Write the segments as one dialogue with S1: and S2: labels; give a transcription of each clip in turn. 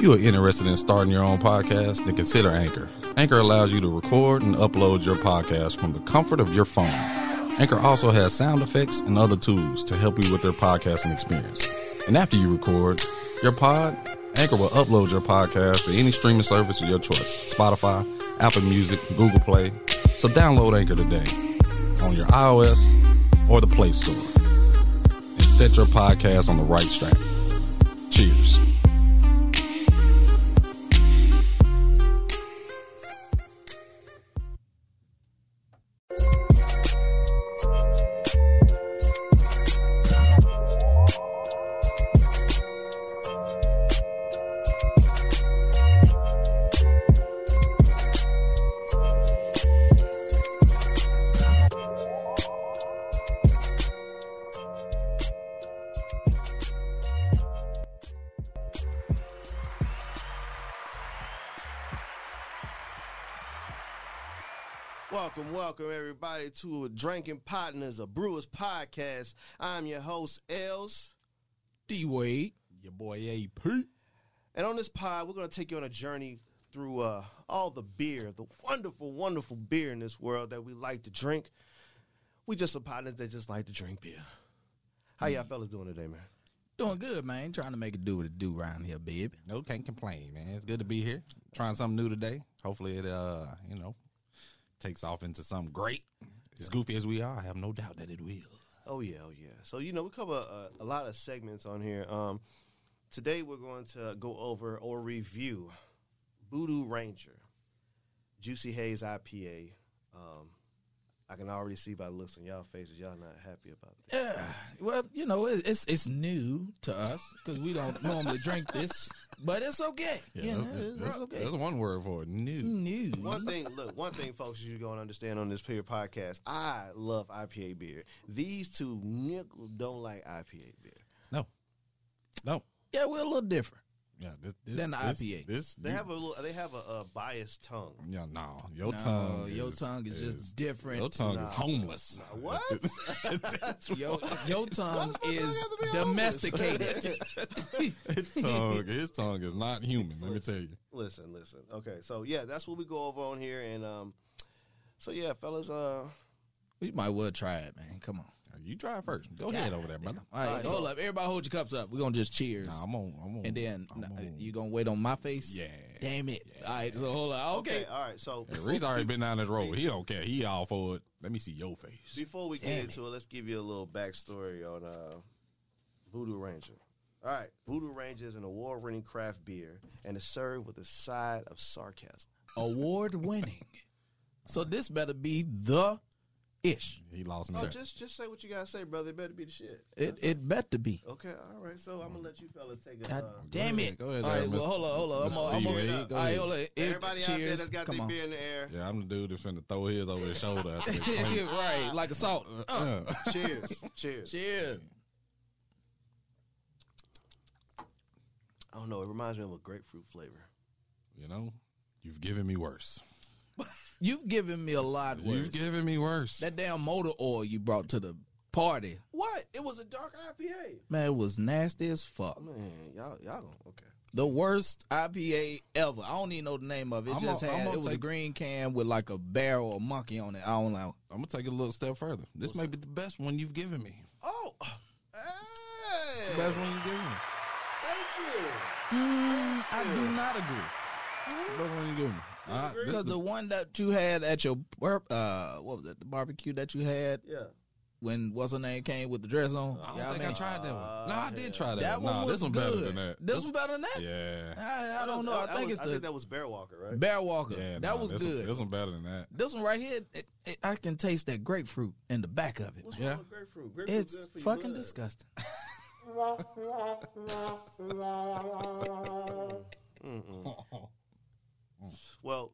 S1: you are interested in starting your own podcast, then consider Anchor. Anchor allows you to record and upload your podcast from the comfort of your phone. Anchor also has sound effects and other tools to help you with your podcasting experience. And after you record your pod, Anchor will upload your podcast to any streaming service of your choice Spotify, Apple Music, Google Play. So download Anchor today on your iOS or the Play Store and set your podcast on the right track. Cheers.
S2: Welcome, welcome everybody to Drinking Partners, a Brewers podcast. I'm your host, Els.
S3: D Wade.
S4: Your boy AP.
S2: And on this pod, we're going to take you on a journey through uh, all the beer, the wonderful, wonderful beer in this world that we like to drink. We just some partners that just like to drink beer. How
S3: Mm.
S2: y'all fellas doing today, man?
S3: Doing good, man. Trying to make it do what it do around here, baby.
S1: No, can't complain, man. It's good to be here. Trying something new today. Hopefully, it uh, you know, takes off into something great. As goofy as we are, I have no doubt that it will.
S2: Oh yeah, oh yeah. So you know we cover uh, a, a lot of segments on here. Um, today we're going to go over or review Voodoo Ranger, Juicy Haze IPA. Um, I can already see by the looks on y'all faces, y'all not happy about this.
S3: Yeah. Well, you know, it- it's it's new to us because we don't normally drink this, but it's okay. you know, it's,
S1: that's,
S3: okay. Mm, Hmm.
S1: that's one word for it. New.
S3: new.
S2: One thing, look, one thing, folks, you gonna understand on this beer podcast. I love IPA beer. These two nickel don't like IPA beer.
S1: No, no.
S3: Yeah, we're a little different.
S1: Yeah, this, this,
S3: Than the
S1: this-
S3: IPA.
S1: This,
S2: They
S1: you-
S2: have a little, they have a, a biased tongue.
S1: yeah, no. Your
S3: No,
S1: tongue,
S3: your
S1: is,
S3: tongue is just different.
S1: Your tongue is
S2: Nah.
S1: homeless.
S2: What?
S1: That's
S3: Your, your tongue
S2: my tongue
S3: is
S2: have to be homeless?
S3: domesticated.
S1: tongue, his tongue is not human. Let me tell you.
S2: Listen, listen. Okay, so yeah, that's what we go over on here, and um, so yeah, fellas. Uh,
S3: we might well try it, man. Come on.
S1: You try it first. Go ahead
S3: God
S1: over there,
S3: damn.
S1: brother.
S3: All right,
S2: All right,
S3: hold
S2: so-
S3: up. Everybody hold your cups up. We're going to just cheers.
S1: Nah, I'm on. I'm on.
S3: and then
S1: I'm
S3: nah,
S1: on.
S3: you going to wait on my face?
S1: Yeah.
S3: Damn it. All right, so hold on. Okay.
S2: okay, all right. So
S1: Yeah, Reese already been down this road. He don't care. He all for it. Let me see your face.
S2: Before we get
S3: Damn
S2: into it, let's give you a little backstory on uh, Voodoo Ranger. All right, Voodoo Ranger is an award-winning craft beer and is served with a side of sarcasm.
S3: award winning. So this better be the ish.
S1: He lost me.
S2: Oh,
S1: Sir.
S2: just just say what you gotta say, brother. It better be the shit.
S3: It it better be.
S2: Okay, all right. So I'm gonna let you fellas take a. Uh,
S3: God damn
S1: ahead,
S3: it.
S1: go ahead uh,
S3: All
S1: there,
S3: right, well,
S1: Mr.
S3: hold on, hold on. I'm
S1: Mr.
S3: on. I'm on.
S1: D-Wade,
S3: All
S1: go
S3: right,
S1: ahead.
S3: hold on. Here,
S2: everybody out there
S3: cheers.
S2: that's got
S3: Come
S2: their
S3: on.
S2: beer in the air.
S1: Yeah, I'm the dude that's finna throw his over his shoulder. After that clean.
S3: right, like a salt.
S1: Uh,
S2: Cheers, cheers.
S3: Cheers.
S2: I don't know. It reminds me of a grapefruit flavor.
S1: you know, you've given me worse.
S3: You've given me a lot worse.
S1: You've given me worse.
S3: that damn motor oil you brought to the party,
S2: What? It was a dark IPA.
S3: man, it was nasty as fuck.
S2: Man, y'all y'all gonna okay.
S3: The worst IPA ever. I don't even know the name of it. It
S1: I'm
S3: just
S1: a- I'm
S3: had
S1: gonna
S3: it was a
S1: take-
S3: green can with like a barrel or monkey on it. I don't know.
S1: I'm gonna take it a little step further. This may be the best one you've given me.
S2: Oh,
S1: The
S2: hey,
S1: best one you've given me.
S2: thank you.
S3: Mm, I do not agree.
S1: The best one you've given me. I- this
S3: Because
S1: is
S3: Uh, the one that you had at your bur- uh, what was that? The barbecue that you had
S2: Yeah.
S3: when what's her name came with the dress on.
S1: I don't
S3: Yeah,
S1: think I,
S3: mean,
S1: tried that one.
S2: Uh,
S1: no, I did try that.
S3: that
S1: one.
S3: one
S1: Nah,
S3: was
S1: this one
S3: good.
S1: better than that.
S3: This, one better than that.
S1: yeah,
S3: I, I don't know. I
S2: That
S3: think
S2: was-
S3: it's
S2: I
S3: the
S2: think that was Bear Walker, right?
S3: Bear Walker.
S1: yeah.
S3: that
S1: nah,
S3: was
S1: this
S3: good.
S1: One, this one better than that.
S3: this one right here, it, it, I can taste that grapefruit in the back of it.
S2: What's
S1: Yeah.
S2: wrong with grapefruit? Grapefruit
S3: It's
S2: good for your
S3: fucking
S2: blood.
S3: disgusting.
S2: Mm-mm. Well,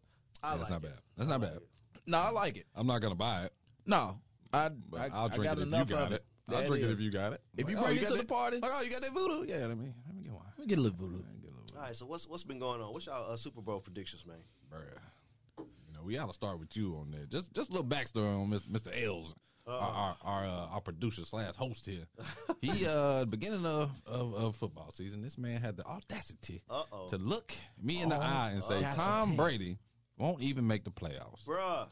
S1: Yeah,
S2: I like
S1: that's not
S2: it.
S1: bad. That's not
S2: like
S1: bad.
S2: it.
S3: No, I like it.
S1: I'm not gonna buy it,
S3: No, I,
S1: but
S3: I
S1: I, will
S3: I
S1: drink
S3: got
S1: it if you
S3: enough
S1: got
S3: of
S1: it.
S3: it.
S1: I'll
S3: That
S1: drink it
S3: is.
S1: if you got it.
S3: If you
S1: Like, oh,
S3: bring it
S1: got
S3: to the
S1: that-
S3: party,
S1: Like, oh, you got that voodoo? Yeah, let me let me get one.
S3: we get a little voodoo.
S1: Let me get a little
S2: All right, so what's what's been going on? What's y'all uh, Super Bowl predictions, man?
S1: Bruh. You know, we gotta start with you on that. Just just a little backstory on Mis- Mr. L's our our, our, uh, our producer slash host here. He uh beginning of, of of football season, this man had the audacity
S2: Uh oh,
S1: to look me in the
S3: Oh,
S1: eye and say Tom
S3: audacity.
S1: Brady won't even make the playoffs.
S2: bruh.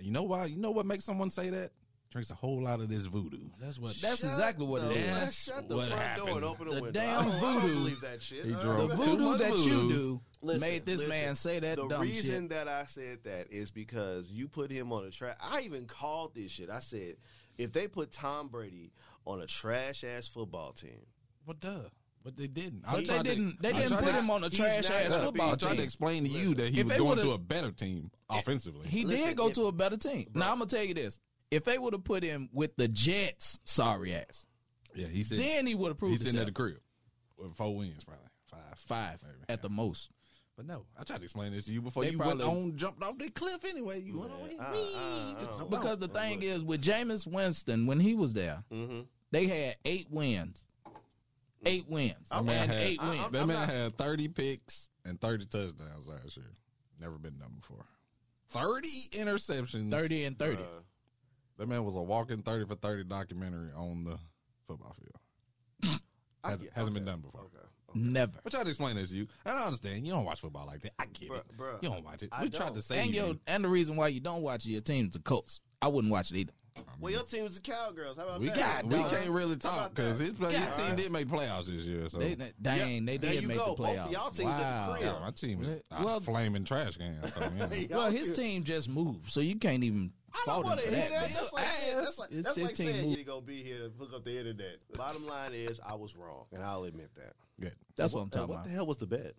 S1: You know why? You know what makes someone say that? Drinks a whole lot of this voodoo.
S3: That's what. That's
S2: Shut
S3: exactly what
S2: the-
S3: it is.
S2: Shut the
S1: what
S2: front door
S1: happened.
S2: and open the,
S3: The
S2: window.
S3: damn
S2: I don't, I don't
S3: voodoo.
S2: believe that shit.
S1: He
S2: Uh,
S1: drove
S3: The
S1: Too
S3: voodoo
S1: much
S3: that you
S1: voodoo.
S3: do
S2: Listen,
S3: made this
S2: listen.
S3: man say that
S2: the
S3: dumb
S2: reason
S3: shit.
S2: that I said that is because you put him on a track. I even called this shit. I said if they put Tom Brady on a trash ass football team,
S1: But duh. But they didn't.
S3: But they
S1: tried to-
S3: didn't. They
S1: I
S3: didn't
S1: tried
S3: put
S1: to-
S3: him on a
S2: he's
S3: trash
S2: not
S3: ass
S2: gonna
S1: Look, I
S3: football
S1: tried to
S3: team.
S1: explain to you that he
S3: If
S1: was
S3: they
S1: going
S3: would've-
S1: to a better team offensively.
S3: He
S2: Listen,
S3: did go
S2: if-
S3: to a better team.
S2: Bro.
S3: Now I'm gonna tell you this: if they would have put him with the Jets, sorry ass,
S1: yeah, he said
S3: then he would have
S1: he's
S3: proved
S1: sitting at
S3: himself.
S1: the crib with four wins, probably five,
S3: five
S1: maybe.
S3: at the most.
S1: But no, I tried to explain this to you before
S3: They
S1: you went
S3: probably-
S1: on, jumped off the cliff anyway. You went on,
S2: Man,
S1: wee,
S2: uh, uh,
S1: just
S2: uh,
S1: jumped
S3: Because
S1: off.
S3: the thing is, with Jameis Winston, when he was there,
S2: mm-hmm.
S3: they had eight wins, eight wins,
S1: I mean, I
S3: and
S1: had-
S3: eight
S2: I-
S3: wins.
S2: I'm-
S1: that man
S2: not-
S1: had thirty picks and thirty touchdowns last year. Never been done before. Thirty interceptions.
S3: Thirty and
S2: Uh,
S3: thirty.
S1: That man was a walking thirty for thirty documentary on the football field. Hasn't, hasn't been done before.
S2: Okay. okay.
S3: Never.
S1: But I tried to explain this to you, and I understand you don't watch football like that. I get
S2: Bruh,
S1: it.
S2: bruh.
S1: You don't watch it.
S2: I
S1: we
S2: don't.
S1: tried to say
S3: And
S1: you.
S3: yo, and the reason why you don't watch your team is the Colts. I wouldn't watch it either.
S1: I mean,
S2: Well, your team was the Cowgirls. How about
S1: we
S2: that?
S1: got. We
S3: dog.
S1: can't really
S2: How
S1: talk
S2: about that?
S1: because his, play, his
S3: God.
S1: team did make playoffs this year. So
S3: They, dang, they
S2: There
S3: did
S2: you
S3: make
S2: go.
S3: the
S2: Both of
S3: playoffs.
S2: y'all teams at the
S3: wow.
S2: crib.
S1: yeah, my team is
S3: Well-
S1: a flaming trash can. So, yeah.
S2: Y'all
S3: Well, his
S2: good.
S3: team just moved, so you can't even
S2: I don't
S3: fault him
S2: want to
S3: for
S2: hear
S3: that.
S2: that. That's like, saying- that's like,
S3: It's
S2: that's
S3: his
S2: like
S3: team
S2: saying
S3: move.
S2: you're going to be here to hook up the internet. Bottom line is, I was wrong, and I'll admit that.
S1: Good.
S3: That's what I'm
S2: And
S3: talking
S2: what
S3: about.
S2: the hell was the bet?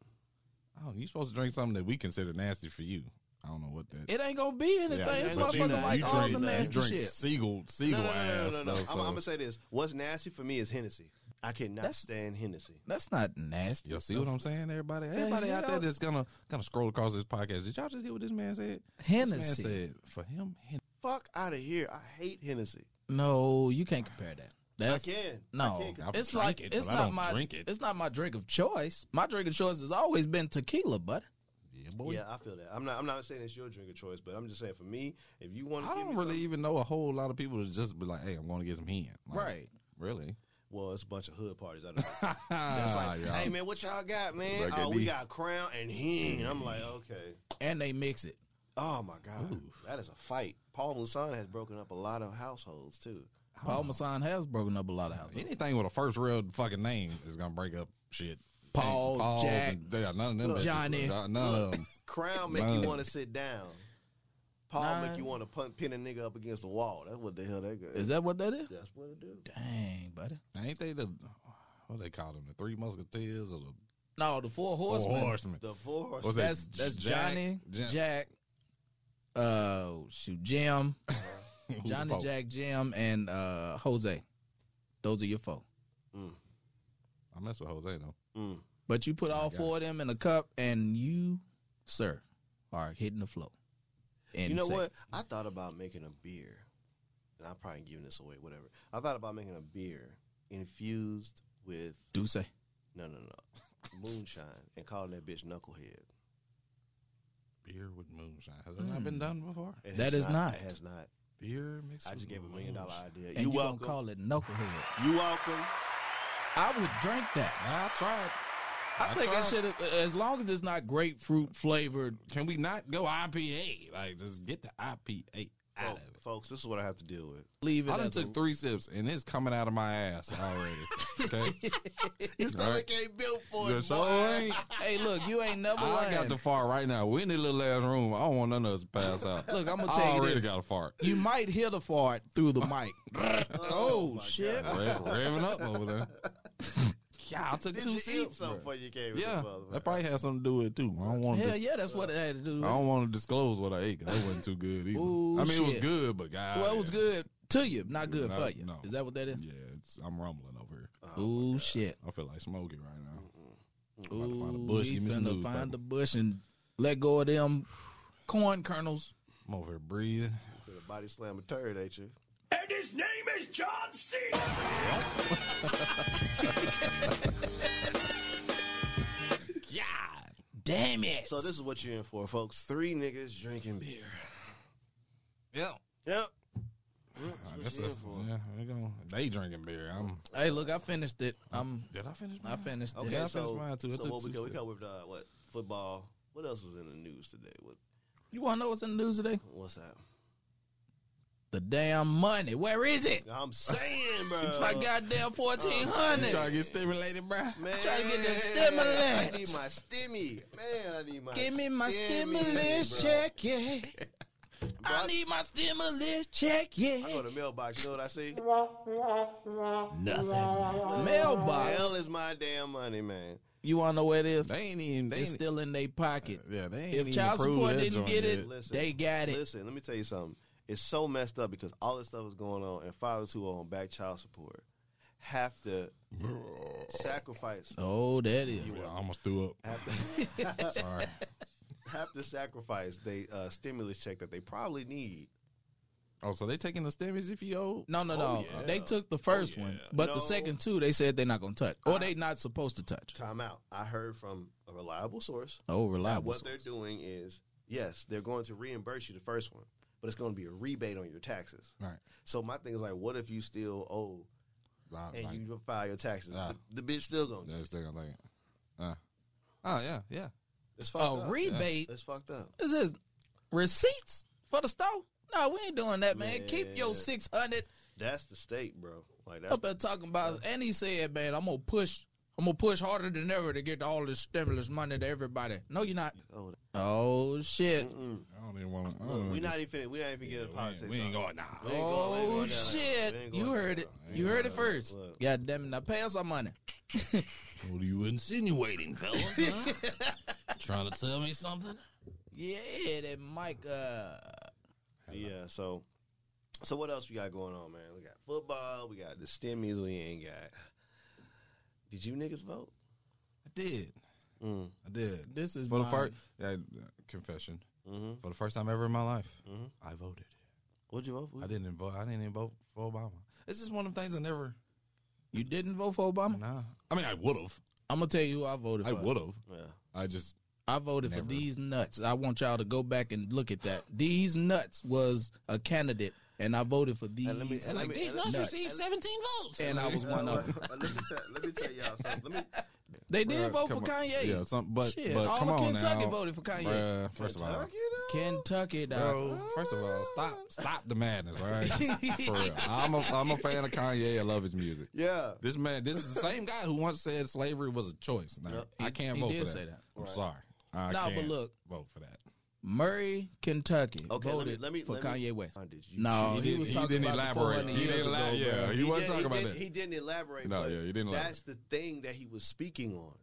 S1: Oh, you supposed to drink something that we consider nasty for you. I don't know what that.
S3: It ain't gonna be anything.
S1: Yeah,
S3: this
S1: but
S2: you know,
S3: motherfucker like
S1: you
S3: all
S1: drink,
S3: the
S2: you
S3: nasty
S1: drink
S3: shit.
S1: Seagull,
S2: No,
S1: seagull
S2: no, no, no,
S1: ass. uh,
S2: no, no.
S1: though,
S2: I'm,
S1: so-
S2: going to say this. What's nasty for me is Hennessy. I cannot
S3: That's-
S2: stand Hennessy.
S3: That's not nasty.
S1: Y'all see what I'm saying, everybody?
S3: Yeah,
S1: Everybody out there
S3: yeah.
S1: that's gonna gonna scroll across this podcast. Did y'all just hear what this man said? This
S3: Hennessy.
S1: man said for him, Hen-
S2: Fuck out of here. I hate Hennessy.
S3: No, you can't compare that. That's
S2: I can.
S3: no.
S2: I can.
S1: I
S3: It's
S1: drink
S3: like
S1: it,
S3: it's
S1: but I
S3: not
S1: don't
S3: my
S1: drink it.
S3: it's not my drink of choice. My drink of choice has always been tequila, buddy.
S1: yeah, boy.
S2: Yeah, I feel that. I'm not. I'm not saying it's your drink of choice, but I'm just saying for me, if you want,
S1: I don't really even know a whole lot of people that just be like, "Hey, I'm going to get some hen." Like,
S3: Right.
S1: Really?
S2: Well, it's a bunch of hood parties. I don't.
S1: That's
S2: It's like, hey man, what y'all got, man?
S1: Look at
S2: Oh, we
S1: these.
S2: got crown and hen.
S1: Mm.
S2: I'm like, okay.
S3: And they mix it.
S2: Oh my god, that is a fight. Paul Muson has broken up a lot of households too.
S3: Paul Masson has broken up a lot of houses.
S1: anything with a first real fucking name is gonna break up shit.
S3: Paul, Jack,
S1: and- yeah, none of them. bitches.
S3: Johnny.
S1: none of them.
S2: Crown make
S1: Man.
S2: you want to sit down. Paul make
S3: Nah.
S2: you want to pin, pin a nigga up against the wall. That's what the hell that
S3: Is
S2: is.
S3: that what that is?
S2: That's what it do.
S3: Dang, buddy.
S1: Ain't they the what they call them? The three musketeers or the
S3: No, the four
S1: four
S3: horsemen.
S1: horsemen?
S2: The force.
S1: What's that?
S3: That's that's
S1: Jack-
S3: Johnny,
S1: Jim-
S3: Jack, uh shoot, Jim,
S1: Who the
S3: Johnny,
S1: fuck?
S3: Jack, Jim, and uh Jose. Those are your four.
S1: I mess with Jose though.
S2: Mm.
S3: But you put
S1: That's my
S3: all
S1: guy.
S3: four of them in a cup, and you, sir, are hitting the flow. And
S2: You know what? I thought about making a beer, and I'm probably giving this away. Whatever. I thought about making a beer infused with
S3: Do say
S2: no, no, no, moonshine, and calling that bitch knucklehead.
S1: Beer with moonshine has that not
S3: Mm.
S1: been done before?
S2: It
S3: That
S2: has
S3: is not.
S2: It has not.
S1: Beer mixed.
S2: Hmm. I
S1: with
S2: just gave a million dollar
S1: moonshine.
S2: idea.
S3: and
S2: You,
S3: you gonna
S2: welcome.
S3: call it knucklehead?
S2: You welcome.
S3: I would drink that.
S1: I tried.
S3: I,
S1: I
S3: think I
S1: tried.
S3: should have. As long as it's not grapefruit flavored,
S1: Can we not go IPA? Like, just get the IPA out
S2: Folks,
S1: of it.
S2: folks, this is what I have to deal with.
S3: leave it.
S1: I done
S3: as a-
S1: took three sips and it's coming out of my ass already. Okay,
S2: His
S1: stomach
S2: ain't built for
S1: The show ain't.
S3: hey, look, you ain't never.
S1: I
S3: lying.
S1: got the fart right now. We in the little ass room. I don't want none of us to pass out.
S3: Look, I'm gonna
S1: I
S3: tell you
S1: already
S3: this.
S1: got a fart.
S3: You might hear the fart through the mic.
S2: Oh,
S3: oh
S2: my
S3: shit!
S2: God.
S1: Rev, revving up over there. Yeah, I took
S2: Did
S1: two
S2: you
S1: sips.
S2: eat something
S1: bro.
S2: before you came?
S1: Yeah,
S2: with
S1: that probably had something to do with it too. I don't want to.
S3: Hell
S1: Dis-
S3: yeah, that's what it had to do.
S1: I
S3: with it.
S1: don't want to disclose what I ate because that wasn't too good either.
S3: Ooh,
S1: I mean, it was
S3: shit.
S1: good, but God,
S3: Well, it was
S1: yeah.
S3: good to you, not good
S1: No,
S3: for you.
S1: no.
S3: Is that what that is?
S1: Yeah, it's, I'm rumbling over here.
S2: Oh,
S3: Ooh shit!
S1: I feel like smoking right now.
S3: Ooh,
S1: about to find a bush,
S3: we
S1: give me some
S3: finna
S1: news,
S3: find
S1: baby.
S3: a bush and let go of them corn kernels.
S1: I'm over here breathing.
S2: Could have body slam a turd, ain't you?
S4: And his name is John C.
S1: Yeah.
S3: Damn it!
S2: So this is what you're in for, folks. Three niggas drinking beer.
S1: Yeah.
S2: Yep.
S1: I
S2: what
S1: guess
S2: you in
S1: that's,
S2: for?
S1: yeah, they gon- they drinking beer. I'm.
S3: Hey, look, I finished it. I'm.
S1: Did I finish?
S3: I
S1: mine?
S3: finished
S1: Yeah, I
S2: Okay,
S3: it.
S1: finished
S2: so,
S1: mine too. It
S2: so
S1: took
S2: what we
S1: two
S2: go? We
S1: sips.
S2: covered uh, what football. What else was in the news today? What
S3: You want to know what's in the news today?
S2: what's that?
S3: The damn money. Where is it?
S2: I'm saying, bro.
S3: It's
S1: Uh,
S3: my goddamn fourteen
S1: You
S3: hundred.
S1: trying to get stimulated, bruh?
S2: Man,
S3: trying to get that
S2: I
S3: stimulus.
S2: need my stimmy. Man, I need my
S3: Give me my
S2: stimmy,
S3: stimulus
S2: bro.
S3: check, yeah. I
S2: Bro,
S3: need my stimulus check, yeah.
S2: I go to mailbox. You know what I see? Hell
S3: Mailbox.
S2: is my damn money, man.
S3: You want to know where it is?
S1: They ain't even. They
S3: It's
S1: ain't,
S3: still in their pocket.
S1: yeah, they ain't
S3: If
S1: even
S3: child
S1: approved
S3: support
S1: that
S3: didn't
S1: joint
S3: get it,
S1: yet.
S2: Listen,
S3: they got it.
S2: Listen, let me tell you something. It's so messed up because all this stuff is going on, and fathers who are on back child support have to sacrifice.
S3: Oh, that is.
S1: Yeah, I almost threw up.
S2: Have to,
S1: Sorry.
S2: have to sacrifice the uh, stimulus check that they probably need.
S1: Oh, so they taking the stimmies if you owe?
S3: No, no,
S2: Oh,
S3: no.
S2: yeah.
S3: They took the first
S2: Oh, yeah.
S3: one, but
S2: No.
S3: the second two, they said they're not going to touch, or they not supposed to touch.
S2: Time out. I heard from a reliable source
S3: Oh,
S2: that
S3: reliable.
S2: what they're doing is yes, they're going to reimburse you the first one, but it's going to be a rebate on your taxes.
S1: Right.
S2: So my thing is like, what if you still owe
S1: Like,
S2: and
S1: like,
S2: you file your taxes?
S1: Ah.
S2: the, the bitch still going. to
S1: that's the thing. Like, uh, oh yeah, yeah.
S2: It's fucked
S3: A
S2: up.
S3: rebate
S2: It's fucked up.
S3: is this receipts for the store. No, we ain't doing that, man. Keep your
S2: Man.
S3: six hundred
S2: That's the state, bro. Like that's
S3: up there talking about. And he said, man, I'm gonna push. I'm gonna push harder than ever to get all this stimulus money to everybody. No, you're not.
S2: oh,
S3: Oh shit.
S2: mm-mm.
S1: I don't even want to.
S2: Look, we not even finna- we not even getting politics.
S1: We ain't
S2: on.
S1: going. Nah.
S2: We ain't going- we ain't
S3: Oh
S2: going down that road. We
S3: shit!
S2: ain't
S3: You
S2: going
S3: heard
S2: down
S3: it.
S2: that road.
S3: You heard it
S2: Look,
S3: first.
S2: look.
S3: God damn it! Now pay us our money.
S1: What are you insinuating, fellas? Huh? Trying to tell me something?
S3: Yeah, that Mike. Uh,
S2: Yeah. So, so what else we got going on, man? We got football. We got the stimmies. We ain't got. Did you niggas vote?
S1: I did.
S2: Mm.
S1: I did.
S3: this is
S1: For the
S3: my-
S1: first yeah, confession,
S2: Mm-hmm.
S1: for the first time ever in my life,
S2: Mhm.
S1: I voted.
S2: What'd you vote for?
S1: I didn't vote. I didn't even vote for Obama. It's just one of the things I never.
S3: You didn't vote for Obama?
S1: Nah. I mean, I would have.
S3: I'm gonna tell you who I voted.
S1: I
S3: for.
S1: would have.
S2: Yeah.
S1: I just
S3: I voted
S1: Never.
S3: for these nuts. I want y'all to go back and look at that. These nuts was a candidate, and I voted for these.
S2: And let me- and let me- and let me- and-
S1: 17 votes,
S3: And I was one of them.
S2: let me tell, let me tell y'all something. Let me
S3: They
S1: Bruh,
S3: did vote for
S1: come on.
S3: Kanye.
S1: Yeah, some, but
S3: Shit,
S1: but
S3: all
S1: come
S3: of
S1: on
S3: Kentucky
S1: now.
S3: voted for Kanye.
S1: Bruh, first of all,
S2: Kentucky, though?
S3: Kentucky, dog.
S1: bro. First of all, stop stop the madness. All right, for real. I'm a I'm a fan of Kanye. I love his music.
S2: Yeah.
S1: This man, this is the same guy who once said slavery was a choice. Now,
S2: Yep.
S1: I can't
S3: He- he
S1: vote
S3: did
S1: for that.
S3: say that.
S1: I'm
S2: Right.
S1: sorry. I
S3: Nah, but
S1: can't
S3: look.
S1: vote for that.
S3: Murray, Kentucky
S2: Okay. Let me
S3: voted
S2: let me
S3: for
S2: let
S3: Kanye
S2: me,
S3: West.
S2: Uh, did you
S3: No,
S1: He
S3: he,
S1: didn't-
S3: was
S1: he
S3: talking
S1: didn't
S3: about the
S1: elaborate.
S3: 400
S1: He
S3: years
S1: didn't
S3: ago,
S1: elab- yeah,
S3: bruh.
S1: he He wasn't
S2: didn't-
S1: talking
S2: he
S1: about
S2: didn't-
S1: that.
S2: He didn't elaborate.
S1: No,
S2: but
S1: yeah, he didn't Oh. elaborate.
S2: That's the thing that he was speaking on.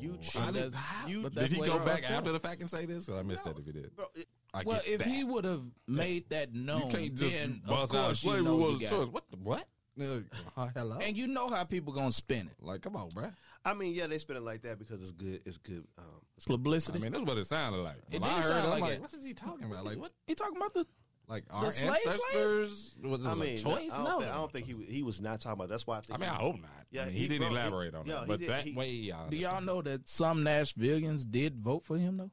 S2: You
S1: How
S2: choose.
S1: did,
S3: that's-
S1: how-
S3: you-
S1: but
S3: that's
S1: did he
S3: what
S1: go
S3: you're
S1: back
S3: up for.
S1: after the fact and say this? 'Cause I missed
S2: No.
S1: that if he did.
S2: Bro, it-
S1: I
S3: Well,
S1: get
S3: if
S1: that.
S3: he would have made that known,
S1: you can't
S3: then
S1: just
S3: of
S1: bust out
S3: course you
S1: slavery
S3: know
S1: was
S3: you
S1: a
S3: got
S1: choice.
S3: it.
S1: What? the- What? Uh, uh, hello.
S3: And you know how people gonna spin it.
S1: like, come on, bro.
S2: I mean, yeah, they spin it like that because it's good. It's good. Um, it's good.
S1: I
S3: Publicity.
S1: mean, that's what it sounded like.
S3: It
S1: When I
S3: did
S1: heard
S3: sound
S1: it, I'm
S3: like
S1: like,
S3: it.
S1: what is he talking about? Like, what?
S3: he talking about the
S1: Like our
S3: slave slaves?
S1: ancestors? Was it
S2: I
S1: was
S2: mean,
S1: a choice?
S2: I don't,
S1: No,
S2: think, I don't think he was, he was not talking about. That's why I
S1: I
S2: think.
S1: mean, I hope not.
S2: Yeah,
S1: I mean, he,
S2: he
S1: didn't
S2: wrote- he-
S1: elaborate on
S2: no,
S1: that,
S2: he
S1: but
S2: did-
S1: that
S2: he-
S1: way, uh, y'all.
S3: Do y'all know that some Nashvillians did vote for him though?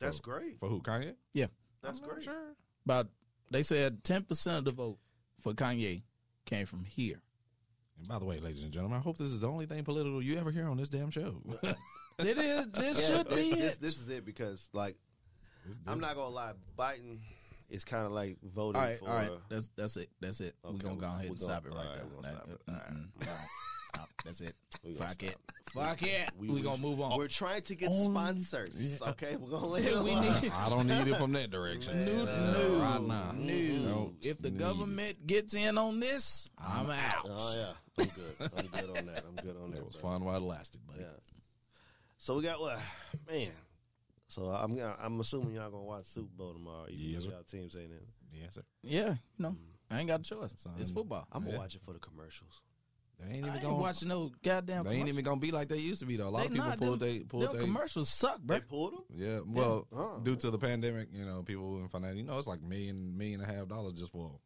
S2: that's great.
S1: for who Kanye?
S2: That's
S1: I'm not
S2: great.
S1: Sure.
S3: About they said ten percent of the vote for Kanye came from here.
S1: And by the way, ladies and gentlemen, I hope this is the only thing political you ever hear on this damn show. This-
S3: It is. This
S2: Yeah,
S3: should
S2: this,
S3: be
S2: This,
S3: it.
S2: this is it because, like,
S1: this
S2: I'm
S1: is-
S2: not gonna lie, Biden is kind of like voting
S3: all right,
S2: for.
S3: all right. That's that's it. That's it.
S2: Okay,
S3: we're gonna go
S2: we-
S3: ahead
S2: we
S3: and
S2: gonna-
S3: stop it right
S2: all right,
S3: there.
S2: we gonna stop it. All right.
S3: Mm-mm. No, that's it.
S2: We gonna
S3: Fuck
S2: stop.
S3: it. Fuck it.
S2: We-
S3: We,
S2: we- Oh,
S3: gonna move on.
S2: We're trying to get
S3: Only-
S1: Oh,
S2: sponsors. Okay, we're gonna let
S3: Yeah,
S2: it
S3: we
S2: lie.
S3: need-
S1: I don't need it from that direction.
S3: New,
S2: Uh,
S3: new,
S1: right now.
S3: new.
S1: Don't
S3: If the
S1: need it.
S3: government gets in on this, I'm out.
S2: Oh yeah, I'm good. I'm good on that. I'm good on that.
S1: It was
S2: bro.
S1: fun while it lasted, buddy.
S2: Yeah. So we got what, man. So I'm gonna- I'm assuming y'all gonna watch Super Bowl tomorrow. Even
S1: Yes,
S2: yes,
S1: sir.
S2: y'all teams ain't in.
S1: Yes, sir.
S3: Yeah, you
S1: Mm.
S3: know, I ain't got a choice.
S1: Son.
S3: It's football.
S2: I'm gonna
S1: Yeah.
S2: watch it for the commercials.
S1: They ain't
S3: I
S1: Mm. even
S3: ain't
S1: going.
S3: watching no goddamn.
S1: they ain't
S3: commercials.
S1: even gonna be like they used to be though. A lot
S3: They
S1: of people
S3: not.
S1: pulled
S3: Them-
S1: they pulled
S3: them
S1: they.
S3: commercials Uh-huh. suck, bro.
S2: They pulled them.
S1: Yeah, well,
S2: Oh.
S1: due to the pandemic, you know, people in finance, you know, it's like million million and a half dollars just for,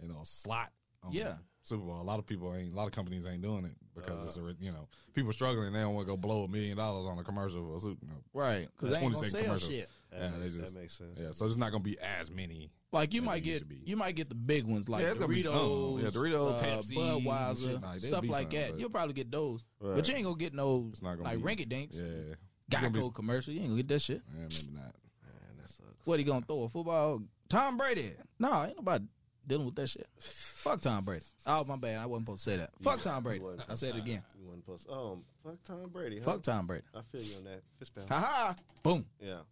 S1: you know, a slot on
S3: Yeah.
S1: Super Bowl. A lot of people ain't. A lot of companies ain't doing it because it's a
S3: Uh-huh.
S1: re- you know people struggling. They don't want to go blow a million dollars on a commercial for a Super Bowl.
S3: Right. Because they ain't
S1: 20
S3: gonna
S1: cent
S3: sell
S1: commercial.
S3: shit.
S2: That,
S1: Yeah, they
S2: makes,
S1: just-
S2: that makes sense.
S1: Yeah, so there's not gonna be as many.
S3: Like you
S1: As
S3: might
S1: it used
S3: get
S1: to be.
S3: you might get the big ones like
S1: Yeah, it's gonna be
S3: Doritos,
S1: some. Yeah, Doritos,
S3: uh,
S1: Pepsi, shit
S3: Budweiser,
S1: like that.
S3: stuff
S1: Be
S3: like
S1: some,
S3: that.
S1: but-
S3: You'll probably get those,
S2: Right.
S3: but you ain't gonna get no
S1: It's not gonna
S3: like
S1: be-
S3: rinky dinks,
S1: Yeah, It's gonna
S3: Geico
S1: be-
S3: commercial. You ain't gonna get that shit.
S1: yeah, maybe not.
S2: Man, that sucks.
S3: What he gonna throw a football? Tom Brady? Nah, ain't nobody dealing with that shit. Fuck Tom Brady. Oh my bad, I wasn't supposed to say that. Fuck Tom Brady.
S2: wasn't
S3: I said it again.
S2: You wouldn't post. Um, fuck Tom Brady. Huh?
S3: Fuck Tom Brady.
S2: I feel you on that. Fist bump.
S3: Ha ha. Boom.
S2: Yeah.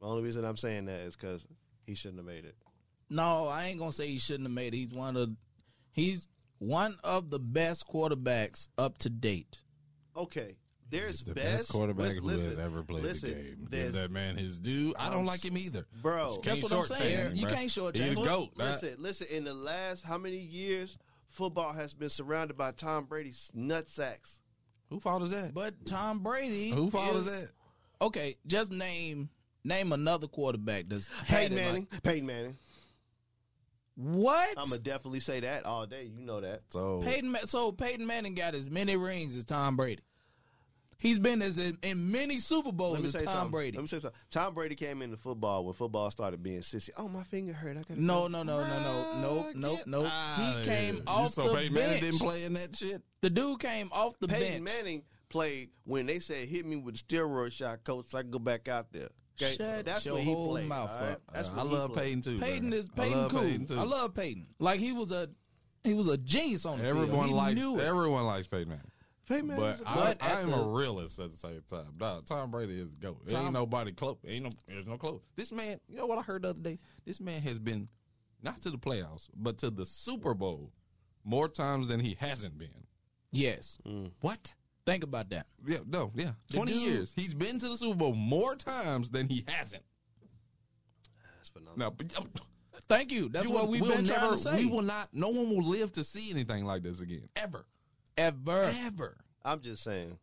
S2: The only reason I'm saying that is because he shouldn't have made it.
S3: No, I ain't gonna say he shouldn't have made it. He's one of he's one of the best quarterbacks up to date.
S2: Okay. There's
S1: He's the
S2: best,
S1: best, quarterback
S2: listen,
S1: who has
S2: listen,
S1: ever played
S2: listen,
S1: the game. Give
S2: There's,
S1: that man his due. I don't like him either.
S2: bro.
S1: Can't
S3: That's what I'm
S1: shortchange
S3: saying.
S1: him,
S3: You
S1: bruh.
S3: can't shortchange
S1: He's
S3: him.
S1: a goat. Nah,
S2: Listen, listen. In the last how many years, football has been surrounded by Tom Brady's nutsacks.
S1: Who fault is that?
S3: But Tom Brady
S1: Who fault
S3: is-
S1: is that?
S3: Okay, just name name another quarterback that's had
S2: Peyton
S3: it like-
S2: Manning. Peyton Manning.
S3: what?
S2: I'm gonna definitely say that all day. You know that.
S1: So
S3: Peyton Ma- so Peyton Manning got as many rings as Tom Brady. He's been as in, in many Super Bowls as Oh, Tom
S2: something.
S3: Brady.
S2: Let me say something. Tom Brady came into football when football started being sissy. Oh, my finger hurt. I gotta
S3: No,
S2: go.
S3: no, no, no, no, no, no, no.
S1: outta
S3: He
S1: here.
S3: came off
S1: so
S3: the
S1: Peyton Manning
S3: bench.
S1: didn't play in that shit.
S3: The dude came off the
S2: Peyton
S3: bench.
S2: Manning played when they said hit me with a steroid shot, coach. So I can go back out there.
S3: Shut
S2: that's
S3: your
S2: when he
S3: whole
S2: played,
S3: mouth
S2: all right?
S3: up.
S2: That's
S1: Uh,
S2: when
S1: I
S2: he
S1: love
S2: played.
S1: Peyton too.
S3: Peyton
S1: bruh.
S3: is
S1: I
S3: Peyton
S1: love
S3: cool.
S1: Peyton, too.
S3: I love Peyton. Like he was a he was a genius on the field.
S1: Everyone
S3: He
S1: likes
S3: knew it.
S1: everyone likes Peyton Manning.
S2: Peyton Manning
S1: But
S2: was a
S1: I,
S3: But
S1: I
S3: at
S1: am a
S3: the-
S1: realist at the same time. Nah, Tom Brady is the goat. There
S3: Tom-
S1: ain't nobody close. Ain't no, there's no close. This man, you know what I heard the other day? This man has been not to the playoffs, but to the Super Bowl more times than he hasn't been.
S3: Yes.
S2: Mm.
S1: What?
S3: Think about that.
S1: Yeah, no, yeah.
S3: The
S1: Twenty
S3: dude-
S1: years he's been to the Super Bowl more times than he hasn't.
S2: That's phenomenal.
S1: No, but um,
S3: Thank you. That's
S1: you
S3: what
S1: will-
S3: we've
S1: we'll
S3: been trying
S1: never-
S3: to say.
S1: We will not. No one will live to see anything like this again, ever,
S3: ever.
S1: ever.
S2: I'm just saying.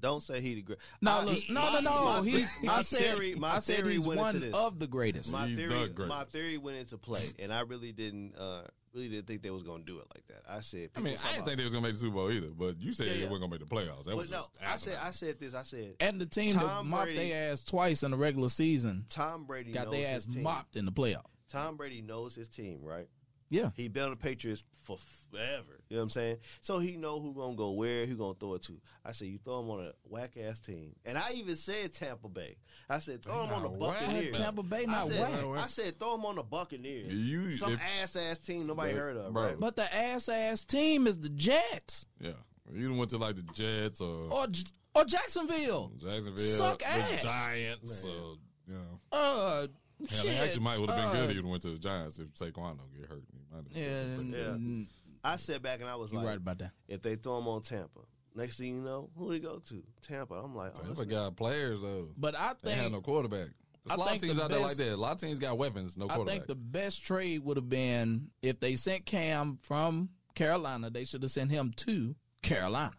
S2: Don't say he the great.
S3: No,
S2: I-
S3: look, no, no, no.
S2: my-
S3: He,
S2: my
S3: I said,
S2: theory- my
S3: I said
S2: theory
S3: he's
S2: went into
S3: one
S2: this.
S3: of the greatest.
S2: my
S1: He's
S2: theory,
S1: the greatest.
S2: my theory went into play, and I really didn't, uh, really didn't think they was gonna do it like that. I said,
S1: I mean, I
S2: people
S1: didn't
S2: talking
S1: think they was gonna make the Super Bowl either, but you said
S2: Yeah,
S1: they
S2: yeah.
S1: weren't gonna make the playoffs. That
S2: about-
S1: was
S2: But no,
S1: just
S2: I said,
S1: asinine.
S2: I said this. I said
S3: and the team that
S2: Tom
S3: mopped
S2: Brady-
S3: their ass twice in the regular season
S2: Tom Brady
S3: got
S2: knows
S3: their ass
S2: his team.
S3: mopped in the playoff.
S2: Tom Brady knows his team, right?
S3: Yeah.
S2: He been on the Patriots for forever. You know what I'm saying? So he know who gonna go where, who gonna throw it to. I said you throw him on a whack ass team, and I even said Tampa Bay. I said throw him on the
S1: Nah, whack.
S2: Buccaneers.
S3: Tampa Bay not
S2: I said,
S3: whack.
S2: I said throw him on the Buccaneers.
S1: You-
S2: Some
S1: if-
S2: ass ass team nobody
S1: Bro,
S2: heard of,
S1: bro.
S2: right?
S3: But the ass ass team is the Jets
S1: yeah, you done went to like the Jets or,
S3: or J- or Jacksonville.
S1: Jacksonville,
S3: Oh, suck
S1: the
S3: ass.
S1: Giants. Or, you know,
S3: Uh,
S1: yeah,
S3: shit.
S1: they actually might would have been
S3: Uh,
S1: good if you went to the Giants if Saquon don't get hurt. You might have-
S3: Yeah,
S1: but-
S2: Yeah.
S3: mm,
S2: I sat back and I was
S3: you
S2: like,
S3: right about that.
S2: if they throw him on Tampa, next thing you know, who he go to? Tampa. I'm like, oh,
S1: Tampa got players though.
S3: But I
S1: They had
S3: think
S1: no quarterback. There's
S3: I
S1: a lot of
S3: think the
S1: teams out there like
S3: best-
S1: that. A lot of teams got weapons, no
S3: I
S1: quarterback.
S3: think the best trade would have been if they sent Cam from Carolina. They should have sent him to Carolina.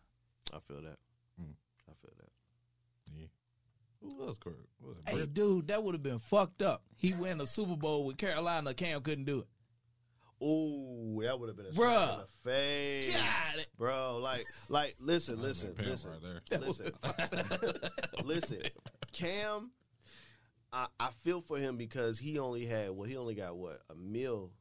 S2: I feel that.
S1: Mm.
S2: I feel that.
S1: Yeah. Who else? Kurt? What was it?
S3: Hey,
S1: Brett?
S3: dude, that would have been fucked up. He win a Super Bowl with Carolina. Cam couldn't do it.
S2: Ooh, that would have been a
S3: Bruh.
S2: slap in the face.
S3: God, it-
S2: Bro, like, like, listen,
S1: Nah,
S2: listen,
S1: man, Pam
S2: listen,
S1: right there.
S2: listen, listen. Cam, I, I feel for him because he only had what he only got what a meal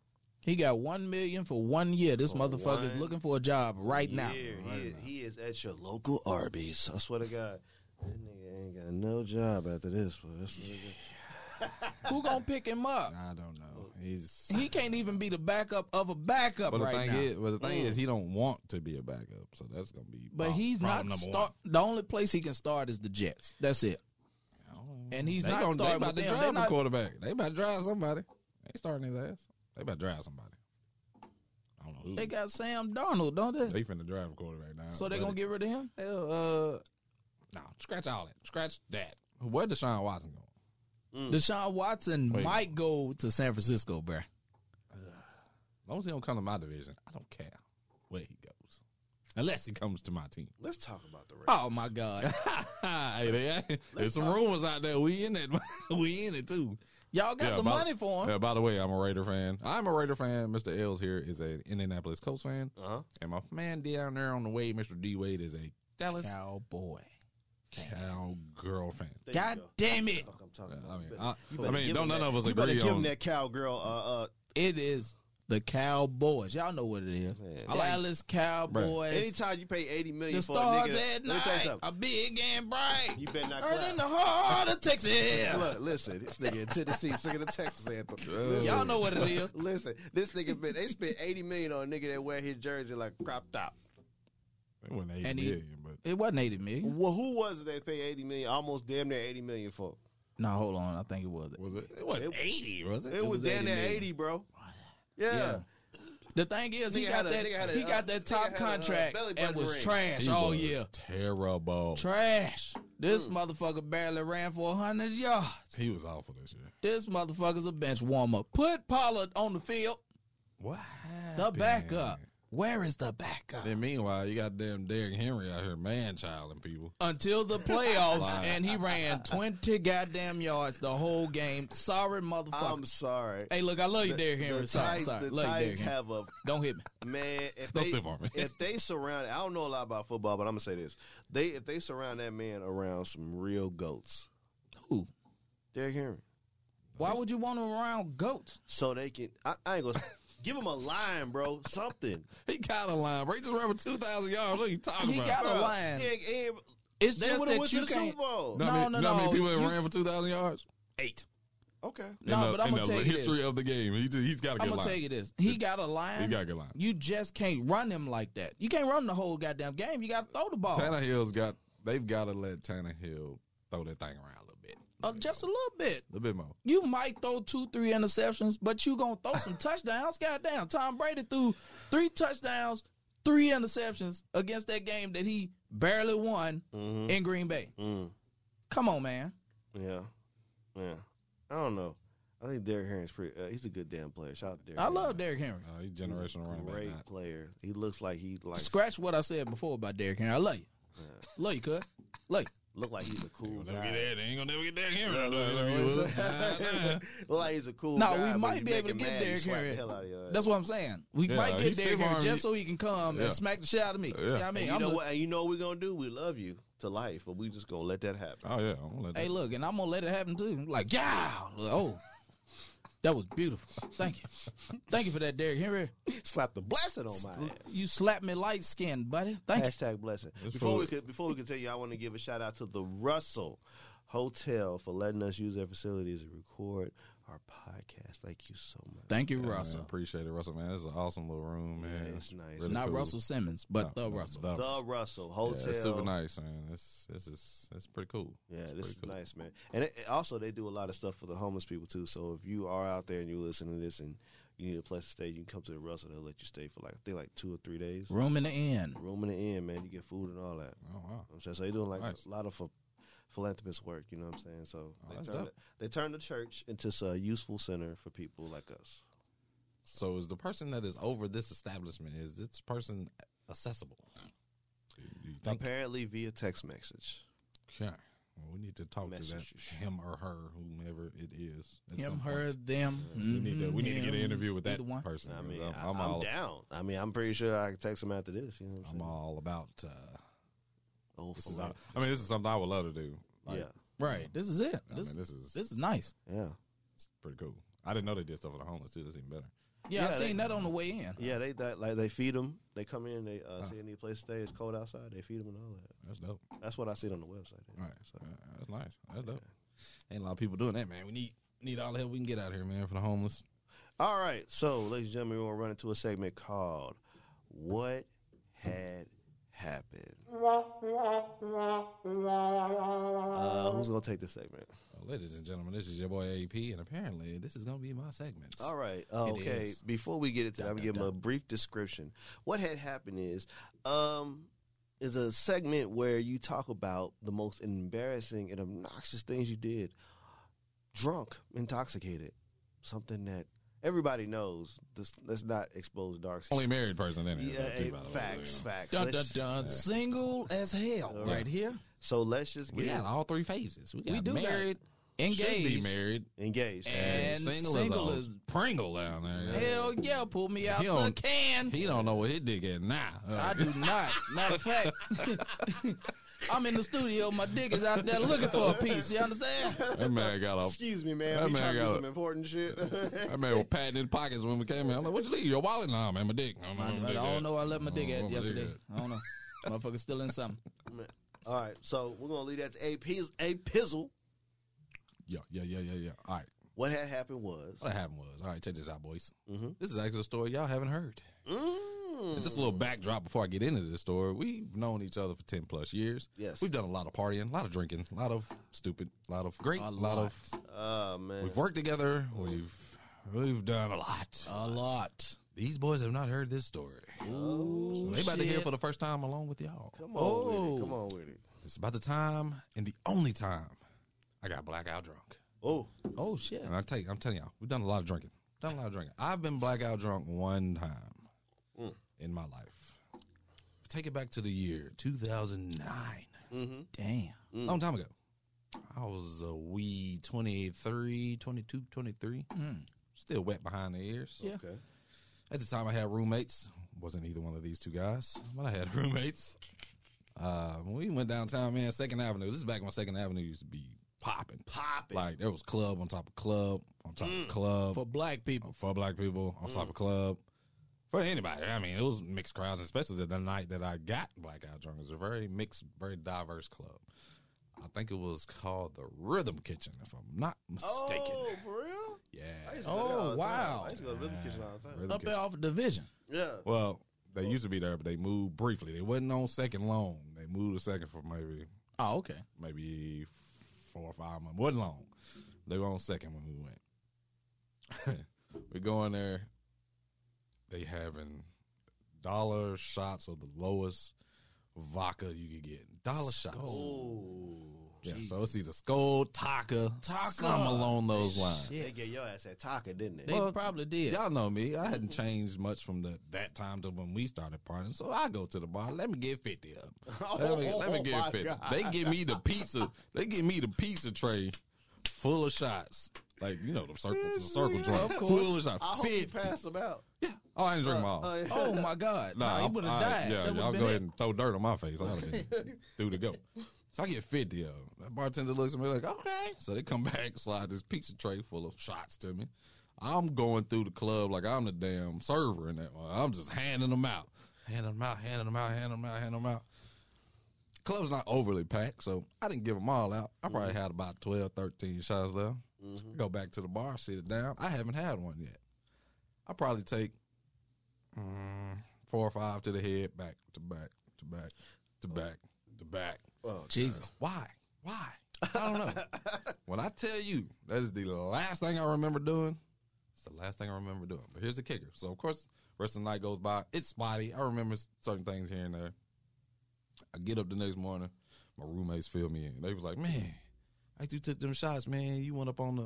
S3: he got one million for one year. This
S2: For
S3: motherfucker is
S2: one
S3: looking for a job right now.
S2: year.
S1: right
S2: he, is,
S1: now.
S2: he is at your local Arby's. I swear to God, that nigga ain't got no job after this. But that's what it is.
S3: Who gonna pick him up?
S1: I don't know. He's
S3: He can't even be the backup of a backup
S1: But the
S3: right
S1: thing
S3: now.
S1: is, but the thing
S2: Mm.
S1: is, he don't want to be a backup, so that's gonna be.
S3: but
S1: prob-
S3: he's
S1: problem
S3: not
S1: number
S3: start. The only place he can start is the Jets. That's it.
S1: One.
S3: And he's
S1: they
S3: not
S1: gonna, they
S3: starting
S1: about
S3: with
S1: to
S3: them.
S1: drive
S3: They're
S1: a
S3: not-
S1: quarterback. They about to drive somebody. They starting his ass. They about to drive somebody. I don't know who.
S3: They got Sam Darnold, don't they?
S1: they finna drive a quarterback now.
S3: so they're gonna get rid of him.
S1: get. Uh, no, scratch all that. Scratch that. Where Deshaun Watson going?
S3: Deshaun Watson
S1: Wait.
S3: might go to San Francisco, bruh.
S1: As long as he don't come to my division, I don't care where he goes, unless he comes to my team.
S2: Let's talk about the Ravens.
S3: Oh my God!
S1: hey, they, there's some rumors out there. We in it. we in it too.
S3: Y'all got
S1: Yeah,
S3: the
S1: by-
S3: money for him.
S1: Yeah, by the way, I'm a Raider fan. I'm a Raider fan. Mr. L's here is an Indianapolis Colts fan.
S2: Uh-huh.
S1: And my man down there on the way, Mr. D Wade, is a Dallas
S3: Cowboy.
S1: Cowgirl fan.
S2: There you
S3: God
S2: go.
S3: damn it!
S2: Fuck, I'm talking
S1: Yeah,
S2: about.
S1: I mean,
S2: You better-
S1: I-
S2: you
S1: I
S2: better
S1: mean,
S2: give
S1: don't
S2: him
S1: none
S2: that-
S1: of us
S2: You better
S1: agree
S2: give
S1: on-
S2: him that cowgirl. Uh, uh,
S3: It is the Cowboys. Y'all know what it is.
S2: Man.
S3: Dallas Cowboys.
S2: anytime you pay eighty million
S3: the
S2: for a
S3: stars
S2: nigga, let
S3: at
S2: me tell you
S3: night
S2: something.
S3: are big and bright.
S2: You better not
S3: Earning
S2: cry.
S3: the heart of Texas.
S2: Look, listen, this nigga in Tennessee singing the Texas anthem.
S3: Y'all know what it is.
S2: Listen, this nigga been they spent eighty million on a nigga that wear his jersey like cropped out.
S1: It wasn't 80
S3: And he-
S1: million, but
S3: It wasn't 80 million.
S2: Well, who was it they paid eighty million? Almost damn near eighty million for.
S3: No, hold on. I think it was.
S1: was it? It wasn't
S2: It-
S1: 80, was it?
S2: It, was,
S3: was
S2: damn
S3: 80
S2: near
S3: million.
S2: eighty, bro. Yeah.
S3: Yeah. The thing is, he
S2: Nigga
S3: got
S2: had a-
S3: that.
S2: nigga had a,
S3: He
S2: uh,
S3: got that
S2: nigga
S3: top
S2: had a, uh,
S3: contract
S2: belly
S3: and
S2: button
S3: was
S2: ring.
S3: trash
S1: He
S3: all
S1: was
S3: year.
S1: Terrible.
S3: Trash.
S2: Mm.
S3: This motherfucker barely ran for hundred yards.
S1: he was awful this year.
S3: This motherfucker's a bench warmer. Put Pollard on the field.
S1: What
S3: The
S1: happened?
S3: backup. Where is the backup?
S1: Then meanwhile, you got damn Derrick Henry out here man childing people.
S3: Until the playoffs,
S1: Wow.
S3: and he ran twenty goddamn yards the whole game. Sorry, motherfucker.
S2: I'm sorry.
S3: hey, look, I love you,
S2: Um, The-
S3: Derrick Henry.
S2: The
S3: Sorry,
S2: Titans,
S3: sorry.
S2: the
S3: Love you, Derrick
S2: Titans
S3: Henry.
S2: have a
S3: Don't hit me.
S2: Man, if
S1: Don't
S2: they
S1: stiff arm me.
S2: if they surround, I don't know a lot about football, but I'm gonna say this: they if they surround that man around some real goats,
S3: Who?
S2: Derrick Henry,
S3: Why would you want him around goats?
S2: so they can. I, I ain't gonna give him a line, bro. Something.
S1: He got a line, bro. He just ran for 2,000 yards. What are you talking
S3: He
S1: about?
S3: got a
S2: Bro,
S3: line.
S2: he ain't- he ain't-
S3: It's
S2: they
S3: just
S2: would have
S3: that
S2: went to
S3: you
S2: the
S3: can't.
S2: Super Bowl.
S1: You know how many-
S3: No, no,
S1: you know how many
S3: no.
S1: people that
S3: You-
S1: ran for 2,000 yards? Eight.
S2: Okay,
S3: No,
S1: in the,
S3: but I'm
S1: in
S3: gonna
S1: the
S3: tell you this.
S1: history of the game. He, just- he's got a
S3: I'm
S1: good
S3: gonna
S1: line.
S3: tell you this. He got a line.
S1: He got a good line.
S3: You just can't run him like that. You can't run the whole goddamn game. You got to throw the ball
S1: Tannehill's got. They've got to let Tannehill throw that thing around a little bit.
S3: uh, just a little bit.
S1: A little bit more.
S3: You might throw two, three interceptions, but you gonna throw some touchdowns. Goddamn, Tom Brady threw three touchdowns, three interceptions against that game that he barely won in Green Bay.
S2: Mm.
S3: Come on, man.
S2: yeah, yeah. I don't know. I think Derrick Henry's pretty. Uh, he's a good damn player. Shout out to Derrick.
S3: I
S2: Henry.
S3: love Derrick Henry.
S1: Uh, he's
S2: He's a
S1: generational running back.
S2: Great
S1: not-
S2: player. He looks like he like uh,
S3: Scratch what I said before about Derrick Henry. I love you. Love you, cuz. Love you.
S2: look like he's a cool
S1: Never get
S2: guy.
S1: that. They ain't gonna never get that Henry. out there.
S2: Look like he's a cool
S3: No,
S2: guy.
S3: we
S2: but
S3: might
S2: you
S3: be
S2: make
S3: able to
S2: him
S3: get
S2: mad, you
S3: Derrick
S2: slap
S3: Henry.
S2: the hell out of your ass.
S3: That's what I'm saying. We
S1: Yeah,
S3: might
S1: he's
S3: get Derrick
S1: stiff
S3: Henry
S1: arm.
S3: just so he can come
S1: Yeah.
S3: and smack the shit out of me. You know what I
S1: And
S3: mean?
S2: And
S3: I'm
S2: you know
S3: a-
S2: what? And you know what we're gonna do? We love you to life, but we just gonna let that happen.
S1: Oh yeah, I'm gonna let that.
S3: Hey, look, and I'm gonna let it happen too. Like, yeah, Like, oh, that was beautiful. Thank you, thank you for that, Derrick Henry.
S2: Slap the blessing on my ass.
S3: You slapped me light skinned, buddy. Thank you.
S2: Hashtag blessing.
S1: That's
S2: Before we
S1: cool.
S2: could, before we continue, I want to give a shout out to the Russell Hotel for letting us use their facilities and record our podcast. Thank you so much.
S3: Thank you,
S1: Yeah, man,
S3: Russell.
S1: appreciate it, Russell. Man, this is an awesome little room, man.
S2: it's nice.
S1: really
S3: Not
S1: cool.
S3: Russell Simmons, but
S1: No,
S3: the Russell.
S1: The,
S2: the Russell
S1: yeah,
S2: Hotel.
S1: it's super nice, man. This this is that's pretty cool.
S2: Yeah,
S1: It's
S2: this
S1: pretty
S2: is
S1: cool.
S2: nice, man. And it, it- also, they do a lot of stuff for the homeless people too. So if you are out there and you listen to this and you need a place to stay, you can come to the Russell. They'll let you stay for like I think like two or three days.
S3: Room in the end.
S2: Room in the end, man. You get food and all that.
S1: Oh wow.
S2: I'm saying so they doing like
S1: Nice.
S2: a lot of ph- philanthropist work. You know what I'm saying? So
S1: Oh, that's
S2: they turned
S1: dope.
S2: the, they turned the church into s- a useful center for people like us.
S1: So is the person that is over this establishment is this person accessible? You think-
S2: Apparently via text message.
S1: Okay. Well, we need to talk to that
S2: Messages.
S1: him or her, whomever it is. at some
S3: Him,
S1: point.
S3: her, them. Mm-hmm.
S1: We need to we need to get an
S3: him,
S1: interview with that
S3: either one.
S1: person.
S2: I
S1: 'cause
S2: mean,
S1: I'm,
S2: I,
S1: I'm
S2: I'm,
S1: all
S2: down. I mean, I'm pretty sure I can text them after this. You know what I'm
S1: I'm
S2: saying?
S1: all about. Uh,
S2: Oh,
S1: this
S2: for
S1: is.
S2: life.
S1: all- I mean, this is something I would love to do. Like,
S2: yeah,
S3: Right. This is it.
S1: I
S3: This,
S1: mean, this is
S3: this is nice.
S2: yeah,
S1: it's pretty cool. I didn't know they did stuff for the homeless too. That's even better.
S3: Yeah, I
S2: Yeah,
S3: seen
S2: they-
S3: that on the way in.
S2: yeah. They that, like they feed them. They come in. They uh, say they need a place to stay. It's cold outside. They feed them and all that.
S1: That's dope.
S2: That's what I seen on the website.
S1: All right,
S2: So,
S1: Uh, that's nice. That's dope. Ain't a lot of people doing that, man. We need need all the help we can get out here, man, for the homeless.
S2: all right. So, ladies and gentlemen, we're gonna run into a segment called "What Had Happened." Uh, who's gonna take this segment?
S1: Well, Oh, ladies and gentlemen, this is your boy AP, and apparently this is gonna be my segment.
S2: All right. Uh,
S1: It
S2: okay.
S1: is.
S2: Before we get into that, I'm gonna give them a brief description. What had happened is, um, is a segment where you talk about the most embarrassing and obnoxious things you did, drunk, intoxicated, something that everybody knows. This, let's not expose dark.
S1: Only married person in here.
S2: yeah,
S1: too,
S2: eh,
S1: by the way.
S2: facts, facts.
S3: Dun dun
S2: Let's-
S3: dun. Single as hell,
S2: All
S3: right here.
S2: So let's just
S1: We
S2: get.
S1: got all three phases. We got
S3: We do got
S1: married, Should be
S3: engaged.
S1: married
S2: Engaged.
S3: And
S1: single,
S3: single
S1: as a
S3: is-
S1: Pringle down there.
S3: Hell yeah, pull me out
S1: He
S3: the
S1: don't-
S3: can.
S1: He don't know what his dick at now.
S3: I do not. Matter of fact, I'm in the studio. My dick is out there looking for a piece. You understand?
S1: that man got off.
S2: Excuse me, man.
S1: oh. That
S2: we
S1: man
S2: trying to do
S1: got
S2: some
S1: a-
S2: important shit.
S1: That man was patting his pockets when we came in. I'm like, what you leave? Your wallet? Nah, man, my dick. I don't know.
S3: I,
S1: where my
S3: I
S1: dick at.
S3: don't know. where I left my dick
S1: I
S3: at
S1: don't know where my dick
S3: yesterday. I don't know. Motherfucker's still in something.
S2: All right, so we're gonna leave that to a piz- a pizzle.
S1: Yeah, yeah, yeah, yeah, yeah. All right.
S2: What had happened was.
S1: What happened was, all right, check this out, boys.
S2: Mhm.
S1: This is actually a story y'all haven't heard.
S2: Mm.
S1: And Just a little backdrop before I get into this story. We've known each other for 10 plus years.
S2: Yes.
S1: We've done a lot of partying, a lot of drinking, a lot of stupid, a lot of great,
S3: A
S1: a lot,
S3: lot.
S1: of.
S2: Oh man.
S1: We've worked together. We've we've done a lot.
S3: A lot.
S1: These boys have not heard this story. So
S3: Ooh,
S1: they about to hear
S3: Oh, shit.
S1: it for the first time along with y'all.
S2: Oh, Come on with
S3: Oh.
S2: it. Come on with it.
S1: It's about the time and the only time I got blackout drunk.
S2: Oh,
S3: Oh shit.
S1: And I tell you, I'm telling y'all, we've done a lot of drinking. Done a lot of drinking. I've been blackout drunk one time
S2: Mm.
S1: in my life. Take it back to the year 2009.
S2: mm-hmm.
S3: Damn.
S1: Long time ago. Mm. I was a wee 23, 22, 23.
S3: Mm.
S1: Still wet behind the ears.
S3: Yeah.
S2: okay.
S1: At the time, I had roommates. Wasn't either one of these two guys, but I had roommates. Uh, when we went downtown, man, Second Avenue. This is back when Second Avenue used to be popping.
S2: Popping.
S1: Like, there was club on top of club, on top of club.
S3: For black people.
S1: for black people on top of club for anybody. I mean, it was mixed crowds, especially the night that I got blackout drunk. It was a very mixed, very diverse club. I think it was called the Rhythm Kitchen, if I'm not mistaken.
S2: Oh, for real?
S1: Yeah,
S2: I used to go there all
S3: Oh,
S2: the time.
S3: wow.
S2: I used to go to Rhythm Kitchen all the time.
S1: Rhythm
S3: Up there
S1: Kitchen.
S3: off of division.
S2: Yeah.
S1: Well, they used to be there, but they moved briefly. They wasn't on second long. They moved to second for maybe
S3: Oh okay.
S1: maybe four or five months. Wasn't long. They were on second when we went. we go in there. They having dollar shots of the lowest vodka you could get. Dollar shots.
S2: Oh.
S1: Yeah, so it's either Skull, Taka, Taka, something along those lines.
S2: They get your ass at Taka, didn't Oh, it?
S3: They probably did.
S1: Y'all know me. I hadn't changed much from the, that time to when we started partying. So I go to the bar. Let me get fifty up. Let me, let me
S2: Oh,
S1: get
S2: my
S1: fifty.
S2: God.
S1: They give me the pizza. They give me the pizza tray full of shots. Like you know the circle, the circle joint,
S3: Of course.
S1: full of
S2: Mm, I
S1: shots.
S2: hope you
S1: Fifty.
S2: passed them out.
S1: Oh, I didn't drink them all.
S2: Oh, yeah.
S3: Oh my God.
S1: Nah,
S3: Nah, you
S1: I'm-
S3: would have
S1: I-
S3: died.
S1: Yeah,
S3: that
S1: y'all
S3: would
S1: go ahead and throw dirt on my face. I'd have been through to go. So I get 50 of them. That bartender looks at me like, okay. So they come back, slide this pizza tray full of shots to me. I'm going through the club like I'm the damn server in that one. I'm just handing them out. Handing them out, handing them out, handing them out, handing them out. Club's not overly packed, so I didn't give them all out. I probably had about 12, 13 shots left. Go back to the bar, sit it down. I haven't had one yet. I probably take mm, four or five to the head, back to back to back to back to back.
S2: Oh,
S3: Jesus.
S1: Why? Why? I don't know. when I tell you that is the last thing I remember doing, it's the last thing I remember doing. But here's the kicker. So of course, rest of the night goes by. It's spotty. I remember s- certain things here and there. I get up the next morning. My roommates fill me in. They was like, "Man, I you took them shots, man. You went up on the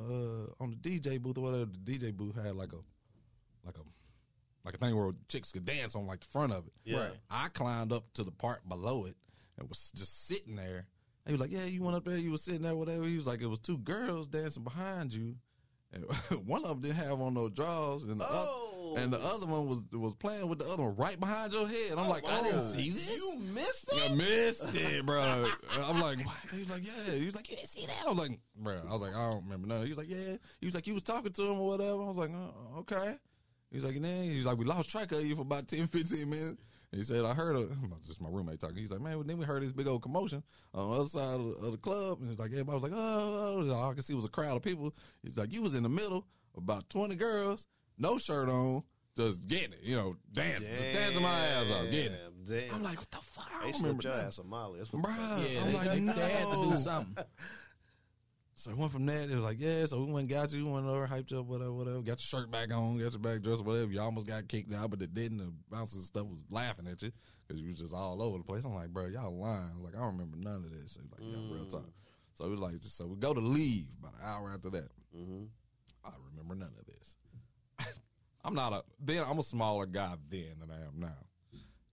S1: uh, on the DJ booth or whatever. The DJ booth had like a like a like a thing where chicks could dance on like the front of it.
S2: Yeah.
S1: I climbed up to the part below it and was just sitting there. He was like, "Yeah, you went up there. You was sitting there, whatever." He was like, "It was two girls dancing behind you, and one of them didn't have on no drawers, and the
S2: Oh. Oh,
S1: other, and the other one was was playing with the other one right behind your head." I'm like, "I didn't
S2: wow.
S1: see this."
S2: You missed it?
S1: I missed it, bro. I'm like, what? he was like, yeah. He was like, you didn't see that. I'm like, bro. I was like, I don't remember nothing. He was like, yeah. He was like, you was talking to him or whatever. I was like, oh, okay. He was like, and then he was like, we lost track of you for about 10, 15 minutes. He said, I heard a, just my roommate talking. He's like, man, well, then we heard this big old commotion on the other side of the, of the club. And he's like, everybody was like, oh, oh. all I could see was a crowd of people. He's like, you was in the middle, about 20 girls, no shirt on, just getting it, you know, dancing, just dancing my ass off, getting it.
S2: Damn, Damn.
S1: I'm like, what the fuck? I
S2: they
S1: don't remember
S2: slipped your
S1: nothing.
S2: ass a molly. That's what
S1: Bruh,
S3: Yeah,
S1: Uh, I'm
S3: they,
S1: like,
S3: they,
S1: no.
S3: they had to do something.
S1: So I went from that. It was like, yeah. So we went, and got you, went over, hyped you up, whatever, whatever. Got your shirt back on, got your back dressed, whatever. You almost got kicked out, but it didn't. The bouncers and stuff was laughing at you because you was just all over the place. I'm like, bro, y'all lying. I'm like, I don't remember none of this. So he's like, yeah, real
S2: Mm.
S1: talk. So we like, so we go to leave about an hour after that.
S2: Mhm.
S1: I remember none of this. I'm not a then. I'm a smaller guy then than I am now,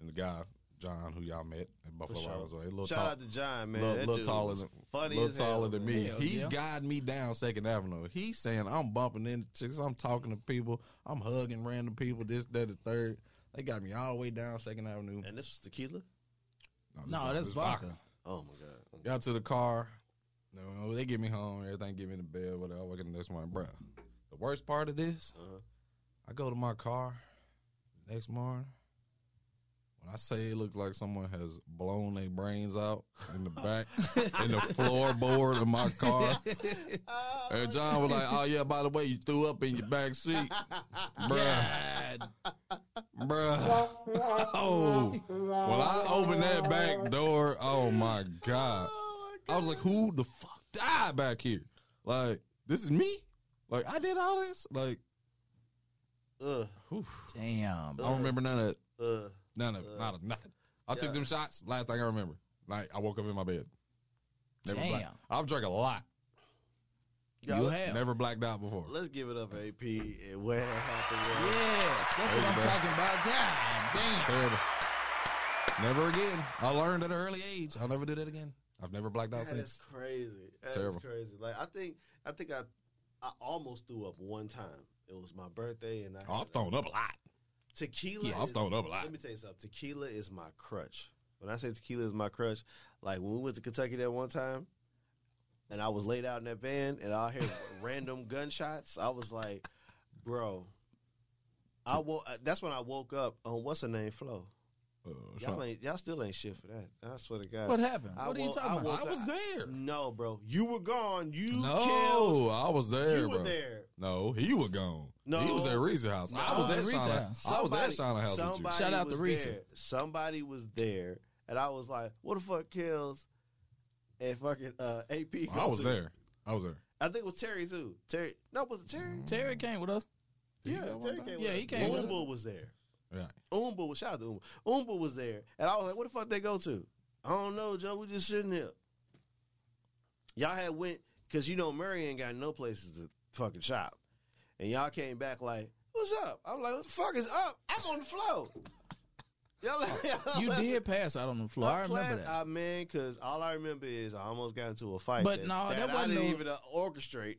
S1: and the guy. Joe John, who y'all met at Buffalo
S2: sure.
S1: Wild Wings. A little
S2: Shout
S1: tall,
S2: out to John, man.
S1: little,
S2: That
S1: little
S2: dude
S1: taller
S2: was
S1: than,
S2: funny
S1: little
S2: as hell,
S1: taller than
S2: man.
S1: me.
S3: Hell
S1: He's
S3: yeah.
S1: guiding me down Second Avenue. He's saying I'm bumping into chicks, I'm talking to people, I'm hugging random people. This, that, the third. They got me all the way down Second Avenue.
S2: And this was tequila.
S1: this
S3: No,
S1: is-
S3: that's
S1: this
S3: vodka.
S2: Oh my god.
S1: Got to the car. You know, they get me home. Everything get me to bed. Whatever. I wake up the next morning, bruh. The worst part of this,
S2: Uh-huh.
S1: I go to my car next morning. When I say it looks like someone has blown their brains out in the back, in the floorboard of my car. And John was like, "Oh yeah, by the way, you threw up in your back seat, bruh,
S3: God.
S1: bruh." Oh, when I opened that back door, oh my god.
S2: Oh
S1: I was like, who the fuck died back here? Like, this is me? Like, I did all this? Like,
S2: my god.
S3: Damn.
S1: I don't remember none of it.
S2: Uh, uh.
S1: None of it. Not of nothing. I
S2: Yeah.
S1: took them shots. Last thing I remember. Like, I woke up in my bed. Never
S3: Damn.
S1: blacked- I've drank a lot.
S3: You have.
S1: Never blacked out before.
S2: Let's give it up, AP. And where it happened. was.
S3: Yes, that's
S1: There
S3: what
S1: you
S3: I'm
S1: go.
S3: talking about. God damn.
S1: Terrible. Never again. I learned at an early age. I'll never do that again. I've never blacked out
S2: That is
S1: since.
S2: crazy. That's
S1: Terrible.
S2: crazy. Like I think I think I I almost threw up one time. It was my birthday and I
S1: Oh, I've thrown up a lot.
S2: tequila.
S1: Yeah, I've
S2: is-
S1: thrown up a lot.
S2: Let me tell you something. Tequila is my crutch. When I say tequila is my crutch, like when we went to Kentucky that one time, and I was laid out in that van, and I hear random gunshots. I was like, bro, I woke. That's when I woke up on what's her name, Flo.
S1: Uh,
S2: Y'all
S1: Sean.
S2: ain't y'all still ain't shit for that. I swear to God.
S3: What happened?
S2: I
S3: what are you
S2: woke-
S3: talking about?
S1: I was there.
S2: No, bro, you were gone. You killed
S1: No, I was there,
S2: you were
S1: bro.
S2: there.
S1: No, he was gone.
S2: No.
S1: he was at Reese's house. I
S3: No.
S1: was at
S3: Reese's
S1: Shauna's
S3: house.
S1: house. I was at Shauna's house with you.
S2: somebody
S3: Shout out to
S2: was
S3: Reese.
S2: there. Somebody was there, and I was like, "What the fuck kills?" And fucking uh, AP.
S1: I
S2: comes
S1: was
S2: in.
S1: there. I was there.
S2: I think it was Terry too. Terry. No, was it Terry?
S3: Terry came with us.
S2: Yeah,
S1: that one
S2: Terry
S1: time?
S2: came.
S3: Yeah,
S2: with
S3: he
S2: us.
S3: came with us.
S2: Umba was there.
S1: Right.
S2: Umba was shout out to Umba. Umba was there, and I was like, "What the fuck they go to?" I don't know, Joe. We just sitting here. Y'all had went because you know Murray ain't got no places to fucking shop, and y'all came back like, "What's up?" I'm like, "What the fuck is up?" I'm on the floor. y'all like,
S3: You did pass out on the floor. I remember that.
S2: I mean, because all I remember is I almost got into a fight.
S3: But
S2: that,
S3: no, that
S2: I
S3: wasn't
S2: didn't
S3: no-
S2: even uh, orchestrate.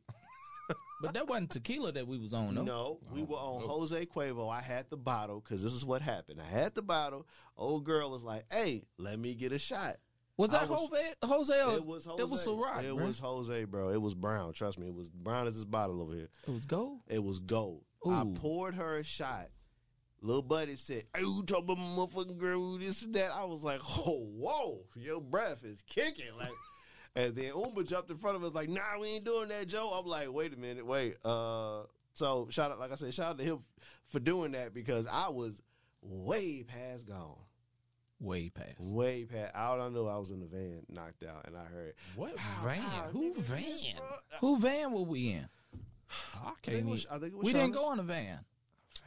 S3: But that wasn't tequila that we was on,
S2: No,
S3: though.
S2: we were on
S1: No.
S2: Jose Cuervo. I had the bottle because this is what happened. I had the bottle. Old girl was like, "Hey, let me get a shot."
S3: Was
S2: I
S3: that
S2: was-
S3: Jose? Jose? or-
S2: it was Jose.
S3: It was Ciroc,
S2: It
S3: bro.
S2: was Jose, bro. It was brown. Trust me, it was brown as this bottle over here.
S3: It was gold.
S2: It was gold. I
S3: Ooh.
S2: poured her a shot. Little buddy said, "Hey, you talking about motherfucking girl? This and that." I was like, "Oh, whoa, your breath is kicking!" Like, and then Umba jumped in front of us, like, "Nah, we ain't doing that, Joe." I'm like, "Wait a minute, wait." Uh, so shout out, like I said, shout out to him for doing that because I was way past gone,
S3: Way past.
S2: way past. I don't know. I was in the van, knocked out, and I heard
S1: What
S2: "Pow, pow, nigga, this bro-
S3: Who van were we in?
S1: I
S2: I think
S1: can't
S2: it
S1: even.
S2: was- I think it was
S3: We didn't
S2: Shauna's.
S3: go in a van.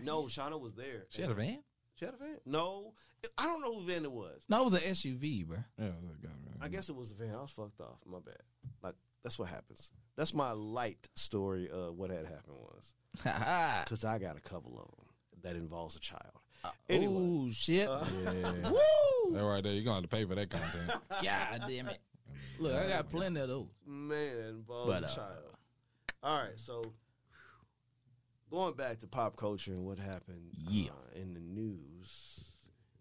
S2: No, Shauna was there.
S1: She had a van?
S2: She had a van? No. I don't know who van it was.
S3: No, it was an SUV, bro.
S1: Yeah, it was a goddamn
S2: I guess it was a van. I was fucked off. My bad. Like, that's what happens. That's my light story of what had happened was. Because I got a couple of them that involves a child. Anyway. Uh.
S3: Oh shit!
S1: Yeah.
S3: Woo!
S1: that right there. You're going to have to pay for that content.
S3: God damn it! Look, I got plenty of those.
S2: Man involves
S3: But,
S2: a
S3: uh,
S2: child. All right, so going back to pop culture and what happened uh,
S3: Yeah.
S2: in the news.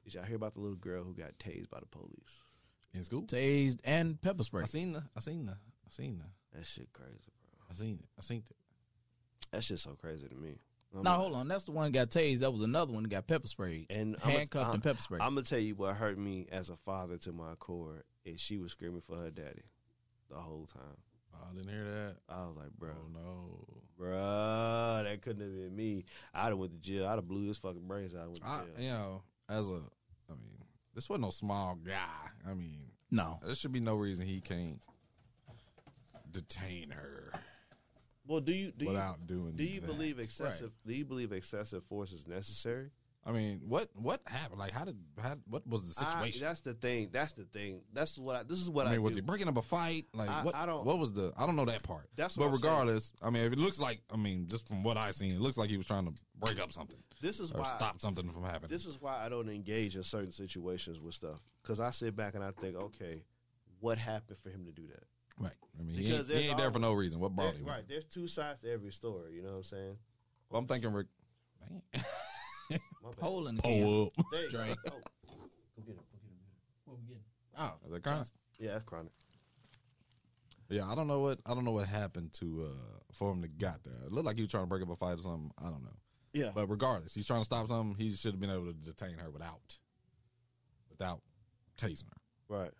S2: Did y'all hear about the little girl who got tased by the police?
S1: In school?
S3: Tased and pepper spray.
S1: I seen the. I seen the. I seen the.
S2: That shit crazy, bro.
S1: I seen it. I seen it.
S2: That shit's so crazy to me. I'm
S3: No,
S2: like-
S3: hold on. That's the one that got tased. That was another one that got pepper sprayed
S2: And uh, I'ma-
S3: handcuffed and pepper sprayed.
S2: I'm gonna tell you what hurt me as a father to my core is she was screaming for her daddy the whole time.
S1: I didn't hear that.
S2: I was like, bro,
S1: Oh, no.
S2: bruh, that couldn't have been me. I'd have went to jail. I'd have blew his fucking brains out. I went to
S1: I,
S2: jail.
S1: you know, as a. I mean, this wasn't no small guy. I mean,
S3: no,
S1: there should be no reason he can't detain her
S2: well, do you do you
S1: without doing
S2: do you
S1: that.
S2: believe excessive do you believe excessive force is necessary?
S1: I mean, what what happened? Like, how did how, what was the
S2: I-
S1: situation?
S2: that's the thing. That's the thing. That's what I. This is what
S1: I
S2: I,
S1: mean, was
S2: do.
S1: he breaking up a fight? Like,
S2: I-
S1: what?
S2: I don't-
S1: what was the? I don't know that part.
S2: That's what
S1: but
S2: I'm saying.
S1: regardless, I mean, if it looks like, I mean, just from what I seen, it looks like he was trying to break up something
S2: This is
S1: or
S2: why.
S1: stop something from happening.
S2: This is why I don't engage in certain situations with stuff because I sit back and I think, okay, what happened for him to do that?
S1: right? I mean, he ain't,
S2: Because
S1: he
S2: there's
S1: ain't there for no reason. What brought
S2: There-
S1: him?
S2: right. There's two sides to every story. You know what I'm saying?
S1: Well, I'm thinking, Rick. Man,
S2: My bad.
S3: Hole in the can.
S1: pull up.
S2: There you go.
S3: Drake.
S2: Oh. Go get it. Go get it.
S1: Oh, the crime.
S2: Yeah, that's chronic.
S1: Yeah, I don't know what I don't know what happened to uh for him to got there. It looked like he was trying to break up a fight or something. I don't know.
S2: Yeah.
S1: But regardless, he's trying to stop something. He should have been able to detain her without without tasing her. Mm-hmm.
S2: right.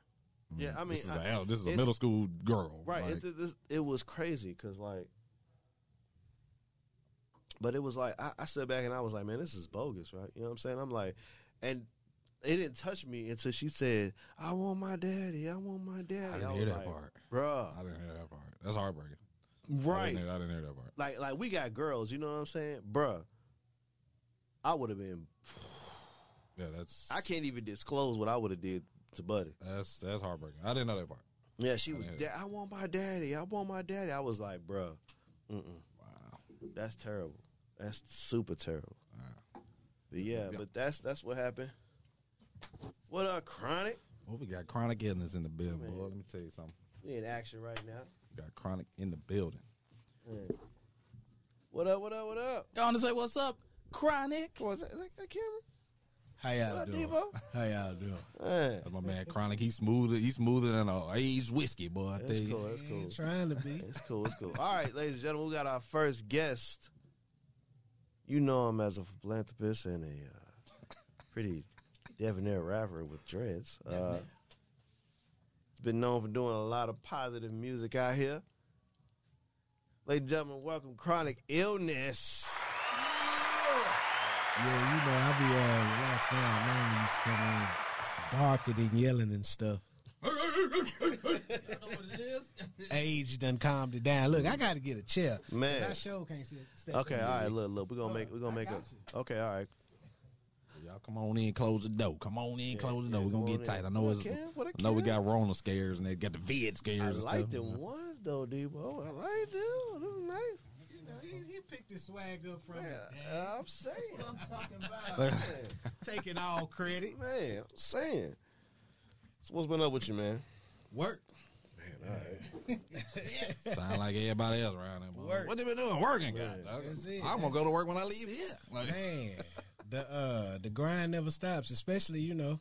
S2: Yeah, I mean,
S1: this is
S2: I-
S1: a hell- this is a
S2: it's-
S1: middle school girl,
S2: Right.
S1: Like,
S2: it, it, this- it was crazy because, like, but it was like, I, I sat back and I was like, man, this is bogus, right? You know what I'm saying? I'm like, and it didn't touch me until she said, I want my daddy. I want my daddy.
S1: I didn't
S2: was
S1: hear that
S2: like,
S1: part. I
S2: Bruh.
S1: didn't hear that part. That's heartbreaking. I
S2: Right.
S1: didn't hear, I didn't hear that part.
S2: Like, like we got girls, you know what I'm saying? Bruh. I would have been,
S1: Yeah, that's
S2: I can't even disclose what I would have did to Buddy.
S1: That's that's heartbreaking. I didn't know that part.
S2: Yeah, she was,
S1: mean-
S2: da- I want my daddy. I want my daddy. I was like, bruh, mm-mm,
S1: Wow.
S2: that's terrible. That's super terrible.
S1: Wow.
S2: But yeah,
S1: Yeah.
S2: but that's that's what happened. What a chronic.
S1: Well, we got chronic illness in the building,
S2: Man.
S1: boy. Let me tell you something.
S2: We in action right now.
S1: We got chronic in the building.
S2: Man. What up? What up? What up?
S3: Going to say what's up, Chronic.
S2: Was that, is that, that camera?
S5: How
S2: What
S5: y'all
S2: up,
S5: doing?
S2: Devo?
S5: How y'all doing?
S2: Man.
S1: That's my man, chronic. He's smoother. He's smoother than a aged whiskey, boy. I
S2: That's
S1: tell you.
S2: cool. That's cool.
S5: Ain't Trying to be.
S2: It's cool. It's cool. All right, ladies and gentlemen, we got our first guest. You know him as a philanthropist and a uh, pretty debonair rapper with dreads. Uh, he's been known for doing a lot of positive music out here. Ladies and gentlemen, welcome Chronic Illness.
S5: Yeah, you know, I be uh, relaxed now. Man, when you used to come in barking and yelling and stuff.
S3: You know what it is?
S5: Age done calmed it down. Look, I got to get a chair.
S2: Man.
S5: I sure can't sit. step
S2: Okay,
S5: in
S2: all
S5: here.
S2: right, look, look, we're gonna make, we're gonna
S5: I
S2: make
S5: got
S2: a. Okay, all right.
S1: Y'all come on in, close the door. Come on in, close the
S2: yeah,
S1: door. We're
S2: come
S1: gonna
S2: on
S1: get tight.
S2: in.
S1: I know
S2: What
S1: it's.
S2: a kid, what a
S1: I know we
S2: kid.
S1: got Rona scares and they got the vid scares.
S2: I
S1: and
S2: liked
S1: stuff.
S2: them ones though, Debo. I liked them. Them nice.
S5: You know, he, he picked his swag up from his
S2: Man, I'm saying,
S3: I'm talking about.
S1: Like,
S2: man,
S5: taking all credit.
S2: man, I'm saying. So what's been up with you, man?
S5: Work.
S1: sound like everybody else around there. boy.
S5: Work.
S1: What they been doing? Working,
S2: Work.
S1: God.
S5: That's it.
S1: I'm gonna go to work when I leave here. Like,
S5: man the uh the grind never stops especially you know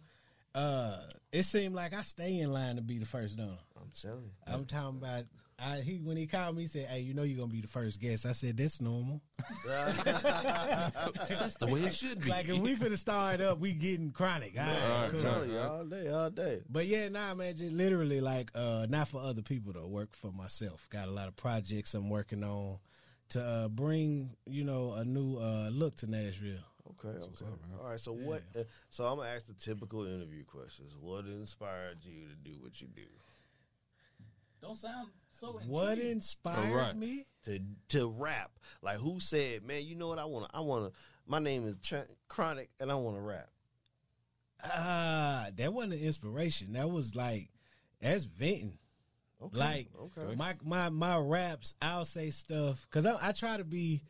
S5: uh it seemed like i stay in line to be the first done
S2: I'm telling you.
S5: i'm talking about I, he when he called me he said hey you know you're gonna be the first guest i said that's normal
S1: that's the way it should be.
S5: like if we finna start up we getting chronic all
S1: all
S5: right,
S1: right,
S2: I'm
S5: cool.
S1: all right.
S2: telling you all day, all day.
S5: but yeah nah man just literally like uh not for other people to work for myself got a lot of projects i'm working on to uh, bring you know a new uh look to nashville
S2: Okay, okay. all right. So what? Uh, so I'm gonna ask the typical interview questions. What inspired you to do what you do?
S3: Don't sound so. Intrigued.
S2: Oh,
S5: what inspired
S1: All right.
S5: me
S2: To to rap? Like who said, man? You know what? I wanna, I wanna. My name is Ch- Chronic, and I wanna rap.
S5: Ah, that wasn't an inspiration. That was like that's venting.
S2: Okay.
S5: Like
S2: okay.
S5: my my my raps, I'll say stuff because I, I try to be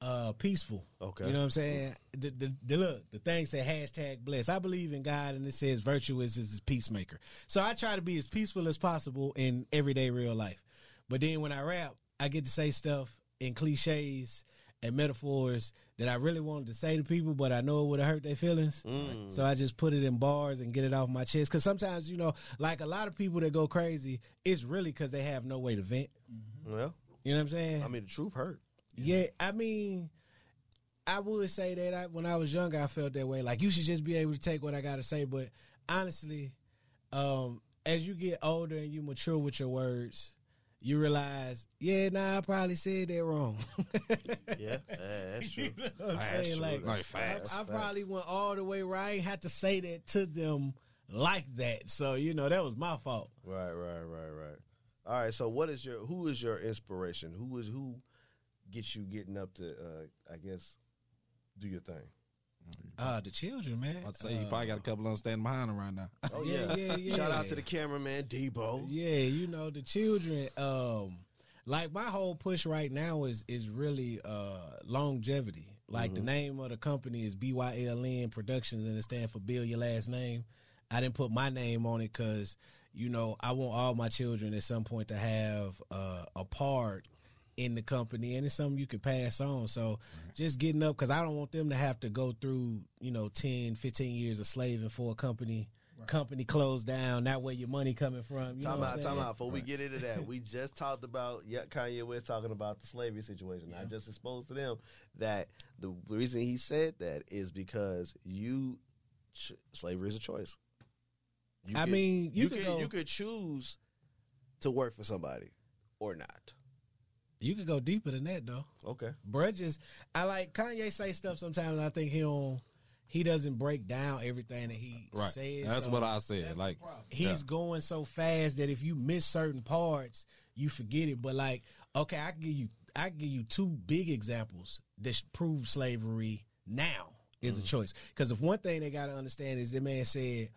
S5: uh peaceful.
S2: Okay.
S5: you know what I'm saying. The, the, the look, the thing say hashtag bless. I believe in God, and it says virtuous is his peacemaker. So I try to be as peaceful as possible in everyday real life. But then when I rap, I get to say stuff in cliches and metaphors that I really wanted to say to people, but I know it would have hurt their feelings.
S2: Mm.
S5: So I just put it in bars and get it off my chest. Because sometimes, you know, like a lot of people that go crazy, it's really because they have no way to vent.
S2: Well,
S5: You know what I'm saying?
S2: I mean, the truth hurt.
S5: yeah, I mean, I would say that I, when I was younger, I felt that way. Like you should just be able to take what I got to say. But honestly, um, as you get older and you mature with your words, you realize, yeah, nah, I probably said that wrong.
S2: Yeah, yeah that's true.
S5: You know what I'm
S1: Facts,
S5: saying? Like,
S1: true. Like, facts.
S5: I, I probably went all the way where I ain't had to say that to them like that. So you know that was my fault.
S2: Right, right, right, right. All right. So, what is your who is your inspiration? Who is who gets you getting up to? Uh, I guess do your thing.
S5: Uh, the children, man.
S1: I'd say you
S5: Uh,
S1: probably got a couple understanding behind him right now.
S2: Oh
S5: yeah, yeah, yeah.
S2: Shout out to the cameraman Debo.
S5: Yeah, you know the children. Um, like my whole push right now is is really uh longevity. Like the name of the company is BYLN Productions, and it stands for Bill Your Last Name. I didn't put my name on it because you know I want all my children at some point to have uh, a part in the company, and it's something you can pass on. So just getting up because I don't want them to have to go through you know 10, 15 years of slaving for a company. Company closed down. That way, your money coming from. You know
S2: Time
S5: what I'm
S2: out,
S5: saying?
S2: time out. Before we get into that, we just talked about yeah, Kanye West talking about the slavery situation. I just exposed to them that the reason he said that is because you ch- slavery is a choice. You
S5: I
S2: can-
S5: mean, you,
S2: you
S5: could
S2: could
S5: go,
S2: you could choose to work for somebody or not.
S5: you could go deeper than that though.
S2: Okay.
S5: Bruh just I like Kanye say stuff sometimes. I think he don't he doesn't break down everything that he
S1: Right.
S5: says.
S1: That's
S5: so
S1: what I said. Like,
S5: He's
S1: yeah.
S5: going so fast that if you miss certain parts, you forget it. But like, okay, I can give you I can give you two big examples that prove slavery now is a choice. Because if one thing they got to understand is that man said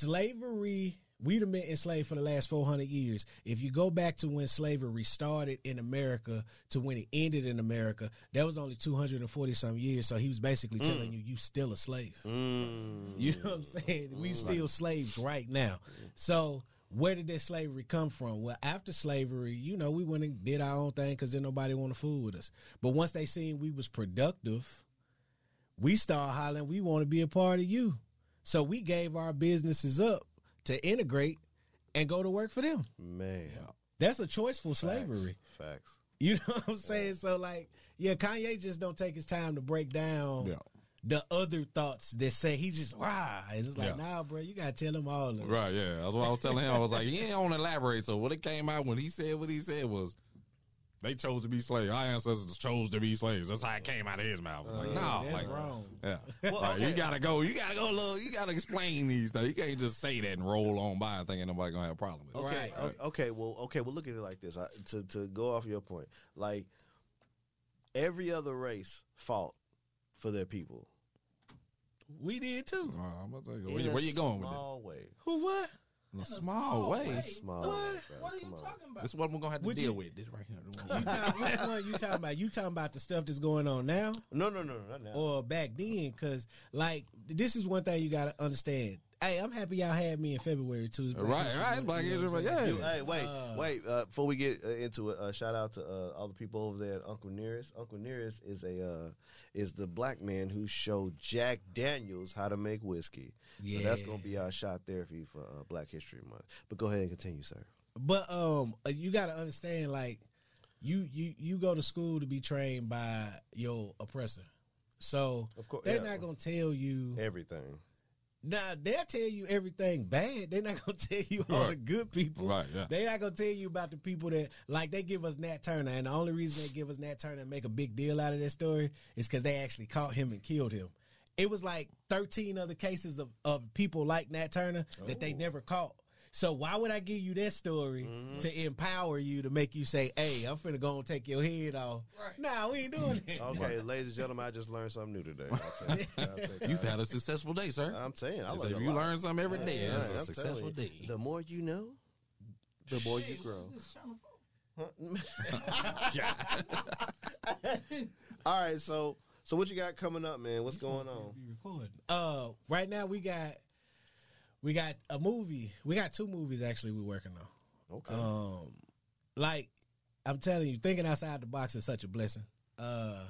S5: slavery we'd have been enslaved for the last 400 years if you go back to when slavery started in america to when it ended in america that was only 240 some years so he was basically telling you you still a slave
S1: Mm.
S5: you know what i'm saying we still slaves right now so where did that slavery come from well after slavery you know we went and did our own thing because then nobody want to fool with us but once they seen we was productive we start hollering, we want to be a part of you. So we gave our businesses up to integrate and go to work for them.
S2: Man.
S5: That's a choice for
S2: Facts.
S5: slavery.
S2: Facts.
S5: You know what I'm saying? So like, yeah, Kanye just don't take his time to break down
S1: Yeah.
S5: the other thoughts that say he just wow. And it's like,
S1: Yeah.
S5: nah, bro, you gotta tell him all of it.
S1: Right, yeah. That's what I was telling him. I was like, he ain't on elaborate. So when it came out, when he said what he said was, they chose to be slaves. Our ancestors chose to be slaves. That's how it came out of his mouth. Like, no,
S5: Uh, that's
S1: like,
S5: wrong.
S1: yeah.
S2: Well,
S1: Like, You
S2: okay.
S1: gotta go. You gotta go. Look, you gotta explain these things. You can't just say that and roll on by thinking nobody gonna have a problem with it.
S2: Okay.
S1: Right.
S2: o- Okay. Well. Okay. Well, look at it like this. I, to to go off your point, like every other race fought for their people.
S5: We did too.
S1: Well, I'm about to tell you,
S2: In
S1: where, you-
S2: a
S1: where you going with
S2: small with it?
S5: Who what?
S1: that? In a small way.
S2: Small
S3: What?
S2: way, bro.
S3: What are you
S2: Come on.
S3: talking about?
S1: This is what we're gonna have to
S5: Would
S1: deal
S5: you-
S1: with. This right here.
S5: You talking, which one you talking about? You talking about the stuff that's going on now?
S2: No, no, no, no, not now.
S5: or back then because like this is one thing you got to understand hey i'm happy y'all had me in february too It's Black
S1: Right,
S5: History
S1: right,
S5: Month,
S1: Black
S5: you know
S1: History
S5: what I'm
S1: Month,
S5: saying?
S1: yeah.
S2: You- hey, wait,
S5: Uh,
S2: wait. Uh, before we get uh, into it, uh, shout out to uh, all the people over there at Uncle Nearest. Uncle Nearest is a uh, is the black man who showed Jack Daniels how to make whiskey. So that's
S5: Yeah.
S2: gonna be our shot therapy for uh, Black History Month. But go ahead and continue, sir.
S5: but um uh, you got to understand like you you you go to school to be trained by your oppressor so
S2: Of course,
S5: they're
S2: yeah.
S5: not gonna tell you
S2: Everything.
S5: now they'll tell you everything bad they're not gonna tell you all the
S1: Right.
S5: good people
S1: Right, yeah.
S5: They not gonna tell you about the people that like they give us Nat Turner, and the only reason they give us Nat Turner and make a big deal out of that story is because they actually caught him and killed him. It was like thirteen other cases of, of people like Nat Turner that they never caught. So why would I give you that story
S2: Mm-hmm.
S5: to empower you to make you say, "Hey, I'm finna go and take your head off"?
S3: Right.
S5: Nah, we ain't doing that.
S2: Okay, ladies and gentlemen, I just learned something new today. I'll tell you. I'll tell you.
S1: You've had a successful day, sir.
S2: I'm saying, Um, I
S1: It's
S2: learned
S1: like
S2: a
S1: you
S2: lot.
S1: learn something every day.
S2: Yeah,
S1: That's
S2: I'm
S1: a successful
S2: telling you.
S1: day.
S2: The more you know, the more you
S3: Shit,
S2: grow.
S3: what is this, Channel four?
S2: All right, so so what you got coming up, man? What's going on?
S5: be recording. Uh, right now we got we got a movie. We got two movies actually we're working on.
S2: Okay.
S5: Um, like I'm telling you, thinking outside the box is such a blessing. Uh,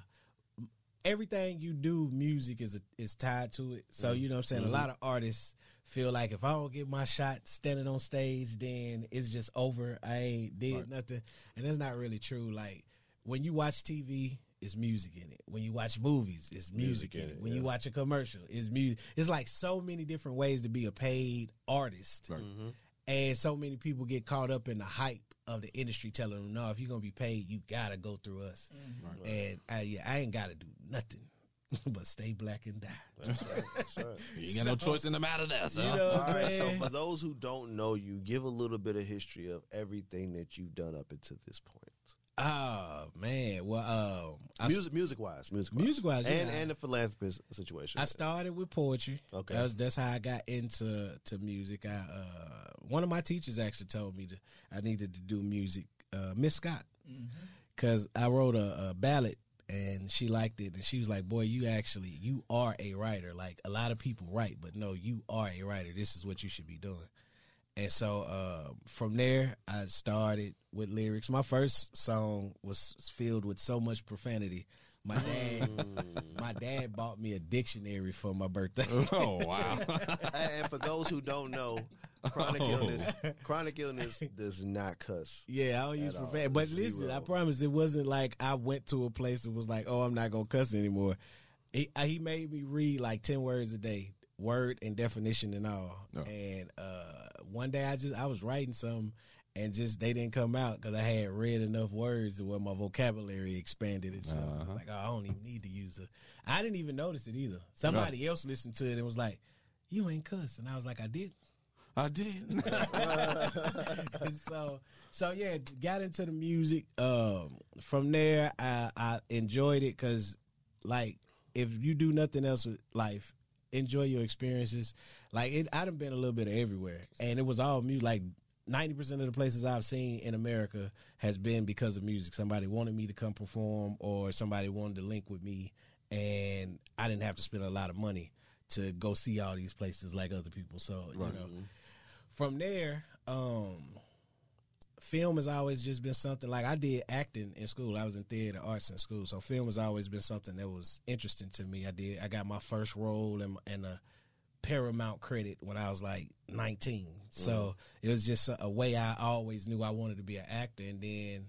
S5: everything you do, music is is tied to it. So you know, what I'm saying a lot of artists feel like if I don't get my shot standing on stage, then it's just over. I ain't did nothing, and that's not really true. Like when you watch TV. It's music in it. When you watch movies, it's music, in it. When you watch a commercial, it's music. It's like so many different ways to be a paid artist
S1: Right.
S2: Mm-hmm.
S5: and so many people get caught up in the hype of the industry telling them no if you're gonna be paid you gotta go through us and I, yeah, I ain't gotta do nothing but stay black and die
S2: That's right, that's right.
S1: You ain't got no choice in the matter there, sir.
S5: you know what
S2: All
S5: i'm
S2: right, so
S5: saying
S2: for those who don't know you, give a little bit of history of everything that you've done up until this point.
S5: Oh man, well, um, I,
S2: music, music wise, music,
S5: music wise,
S2: and
S5: yeah,
S2: and the philanthropist situation.
S5: I started with poetry.
S2: Okay.
S5: That was, that's how I got into to music. I uh, one of my teachers actually told me that I needed to do music. Uh, Miss Scott, because I wrote a, a ballad and she liked it, and she was like, "Boy, you actually you are a writer. Like a lot of people write, but no, you are a writer. This is what you should be doing." And so uh, from there, I started with lyrics. My first song was filled with so much profanity. My dad, my dad bought me a dictionary for my birthday.
S1: Oh wow!
S2: and and for those who don't know, chronic
S5: Oh.
S2: illness, chronic illness does not cuss.
S5: Yeah, I don't use
S2: At all.
S5: profanity. But listen,
S2: Zero.
S5: I promise it wasn't like I went to a place and was like, oh, I'm not going to cuss anymore. He, I- he made me read like 10 words a day, word and definition and all.
S1: Oh.
S5: And uh, one day I just, I was writing something and just they didn't come out because I had read enough words to where my vocabulary expanded itself. I was
S1: Uh-huh.
S5: like, oh, I don't even need to use it. I didn't even notice it either. Somebody else listened to it and was like, you ain't cuss. And I was like, I did.
S1: I did.
S5: so so yeah got into the music um from there i i enjoyed it because like if you do nothing else with life enjoy your experiences like it i done been a little bit of everywhere and it was all music like 90% of the places I've seen in America has been because of music. Somebody wanted me to come perform or somebody wanted to link with me and I didn't have to spend a lot of money to go see all these places like other people. So,
S1: Right.
S5: you know, from there, um, film has always just been something like I did acting in school. I was in theater arts in school, so film has always been something that was interesting to me. I did. I got my first role and and a Paramount credit when I was like 19. So it was just a, a way I always knew I wanted to be an actor, and then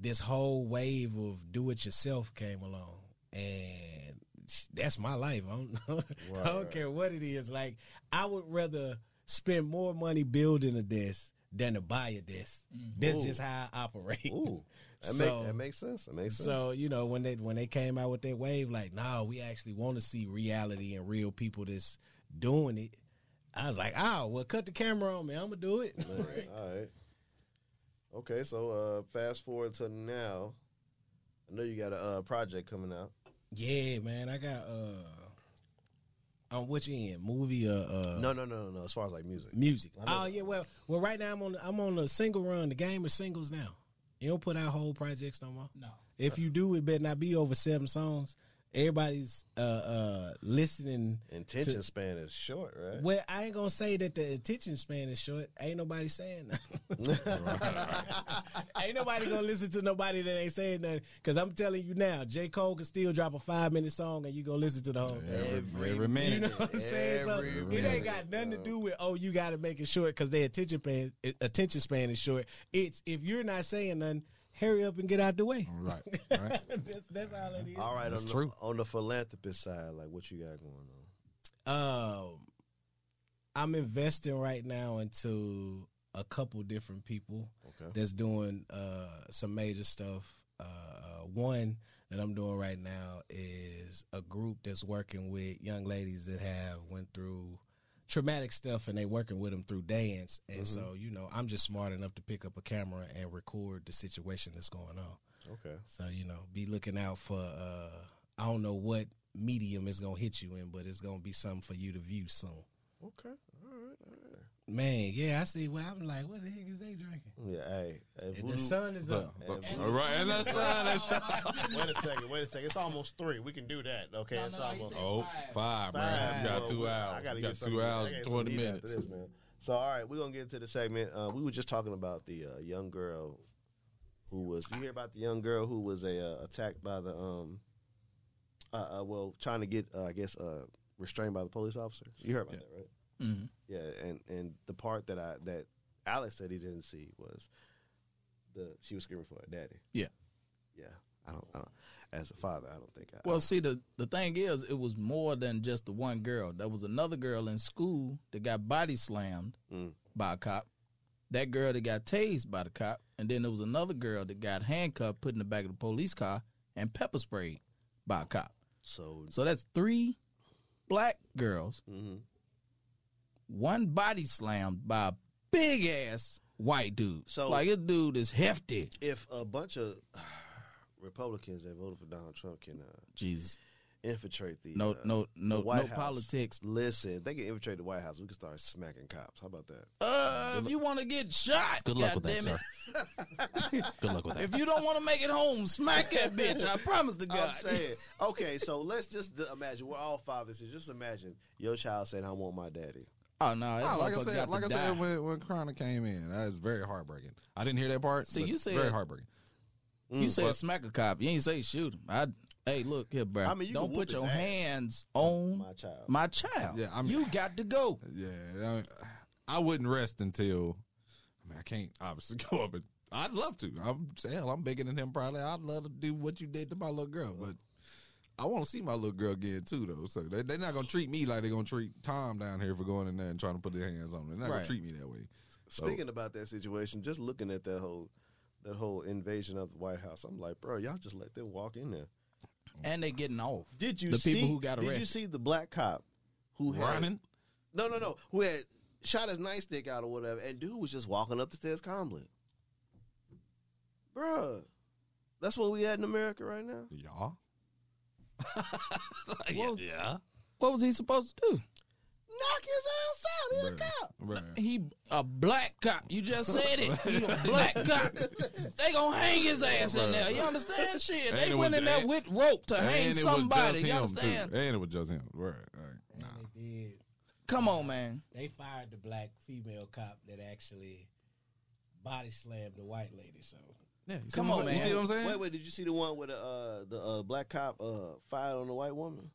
S5: this whole wave of do it yourself came along, and sh- that's my life. I don't, I don't care what it is. Like I would rather spend more money building a desk than to buy a desk. That's
S2: Mm-hmm. Ooh.
S5: just how I operate.
S2: Ooh, that,
S5: So-
S2: make, that makes sense. That makes sense.
S5: So you know when they when they came out with that wave, like, nah, we actually want to see reality and real people that's doing it. I was like, oh, well, cut the camera on me. I'm gonna do it.
S2: Man, All right. Okay, so uh, fast forward to now. I know you got a uh, project coming out.
S5: yeah, man, I got uh, on which end, movie or uh,
S2: No, no, no, no, no. As far as like music,
S5: music?
S2: I know.
S5: Oh yeah, well, well, right now I'm on I'm on a single run. The game is singles now. You don't put out whole projects no more.
S3: No.
S5: If you do, it better not be over seven songs. Everybody's uh, uh, listening.
S2: attention
S5: To-
S2: span is short, right?
S5: Well, I ain't gonna say that the attention span is short. Ain't nobody saying nothing. ain't nobody gonna listen to nobody that ain't saying nothing. Cause I'm telling you now, J. Cole can still drop a five minute song and you gonna listen to the whole thing.
S1: Every,
S2: Every
S1: every
S5: You know
S1: minute.
S5: what I'm saying? So
S2: Every
S5: it
S1: minute,
S5: ain't got nothing to do with oh you got to make it short because their attention span attention span is short. It's if you're not saying nothing, hurry up and get out the way.
S1: Right. Right.
S5: that's, that's all it is.
S2: All right,
S1: That's
S2: on
S1: true.
S2: the on the philanthropist side, like what you got going on?
S5: Um, I'm investing right now into a couple different people
S2: Okay.
S5: that's doing uh, some major stuff. Uh, uh, one that I'm doing right now is a group that's working with young ladies that have went through traumatic stuff, and they working with them through dance. And so, you know, I'm just smart enough to pick up a camera and record the situation that's going on.
S2: Okay.
S5: So you know, be looking out for. Uh, I don't know what medium it's gonna hit you in, but it's gonna be something for you to view soon.
S2: Okay. All right. All right.
S5: Man, yeah, I see. Well, I'm like, what the heck is they drinking?
S2: Yeah. Hey. hey,
S5: And
S2: Voodoo-
S5: the sun is up.
S1: The- the-
S2: And
S1: all right, and that's uh, that's
S2: wait a second. Wait a second. It's almost three. We can do that. Okay.
S3: No,
S2: it's
S3: no, no, he
S2: almost.
S3: said
S1: oh five, man.
S2: Five.
S1: You
S2: Well,
S1: got two
S2: we-
S1: hours.
S2: I gotta
S1: you
S2: get
S1: got
S2: something-
S1: two hours
S2: I gotta
S1: and
S2: get something
S1: twenty
S2: to eat after
S1: minutes.
S2: this, man. So, all right, we're gonna get into the segment. Uh, we were just talking about the uh, young girl who was. You hear about the young girl who was a uh, attacked by the um, uh, uh, well, trying to get, uh, I guess, uh, restrained by the police officer. You heard about that, right?
S3: Mhm.
S2: Yeah, and and the part that I that Alex said he didn't see was the she was screaming for her daddy.
S3: Yeah.
S2: yeah. I don't. I don't as a father, I don't think. I,
S3: Well, see, the, the thing is, it was more than just the one girl. There was another girl in school that got body slammed
S2: Mm.
S3: by a cop. That girl that got tased by the cop. And then there was another girl that got handcuffed, put in the back of the police car, and pepper sprayed by a cop.
S2: so.
S3: So that's three black girls,
S2: hmm
S3: one body slammed by a big ass white dude.
S2: So-
S3: like this dude is hefty.
S2: If a bunch of Republicans that voted for Donald Trump can uh,
S3: Jesus.
S2: infiltrate the
S3: No
S2: uh,
S3: no no
S2: the White
S3: no
S2: House.
S3: politics.
S2: Listen, if they can infiltrate the White House. We can start smacking cops. How about that?
S3: Uh, if you want to get shot,
S1: Good luck
S3: God
S1: with that,
S3: damn it.
S1: sir. Good luck with that.
S3: If you don't want to make it home, smack that bitch. I promise to God.
S2: I'm saying. Okay, so let's just d- imagine we're all fathers here. Just imagine your child saying, "I want my daddy."
S3: Oh no,
S1: Oh,
S3: that
S1: like I
S3: motherfucker
S1: said,
S3: got
S1: like I
S3: to die.
S1: said, when, when Chronic came in, that was very heartbreaking. I didn't hear that part.
S3: See,
S1: but
S3: you said-
S1: very heartbreaking.
S2: Mm,
S3: you said
S1: but-
S3: smack a cop. You ain't say shoot him. I hey, look here, bro.
S2: I mean, you can
S3: don't
S2: whoop
S3: put
S2: his
S3: your
S2: ass.
S3: hands on
S2: My child.
S3: my child.
S1: Yeah, I mean-
S3: you got to go.
S1: Yeah, I, mean, I wouldn't rest until. I mean, I can't obviously go up, and I'd love to. I'm hell, I'm bigger than him probably. I'd love to do what you did to my little girl, but I want to see my little girl again too, though. So they, they're not gonna treat me like they're gonna treat Tom down here for going in there and trying to put their hands on me. They're not
S3: Right.
S1: gonna treat me that way. So-
S2: Speaking about that situation, just looking at that whole that whole invasion of the White House, I'm like, bro, y'all just let them walk in there.
S3: And they getting off.
S2: Did you
S3: The
S2: see,
S3: people who got
S2: Did you
S3: arrested.
S2: see the black cop who had
S1: Running,
S2: no no no who had shot his nightstick out or whatever, and dude was just walking up the stairs calmly, Bruh, That's what we had in America right now.
S1: y'all.
S3: What was, What was he supposed to do?
S2: Knock his ass out, he's a
S1: Bruh.
S2: cop.
S1: Bruh.
S3: He a black cop. You just said it. He a black cop. They gonna hang his ass in there. You understand? Shit,
S1: And
S3: they
S1: it
S3: went
S1: was-
S3: in there
S1: and-
S3: with rope to hang
S1: And it was
S3: somebody.
S1: just
S3: You
S1: him,
S3: understand?
S1: Too. And it was just him. Right. All right.
S5: And they did.
S3: Come on, man.
S5: They fired the black female cop that actually body slammed the white lady. So
S1: Yeah, you see
S3: Come
S1: what
S3: on,
S1: I'm saying?
S3: man.
S1: You see what I'm saying?
S2: Wait, wait, did you see the one with the uh, the uh, black cop uh, fired on the white woman?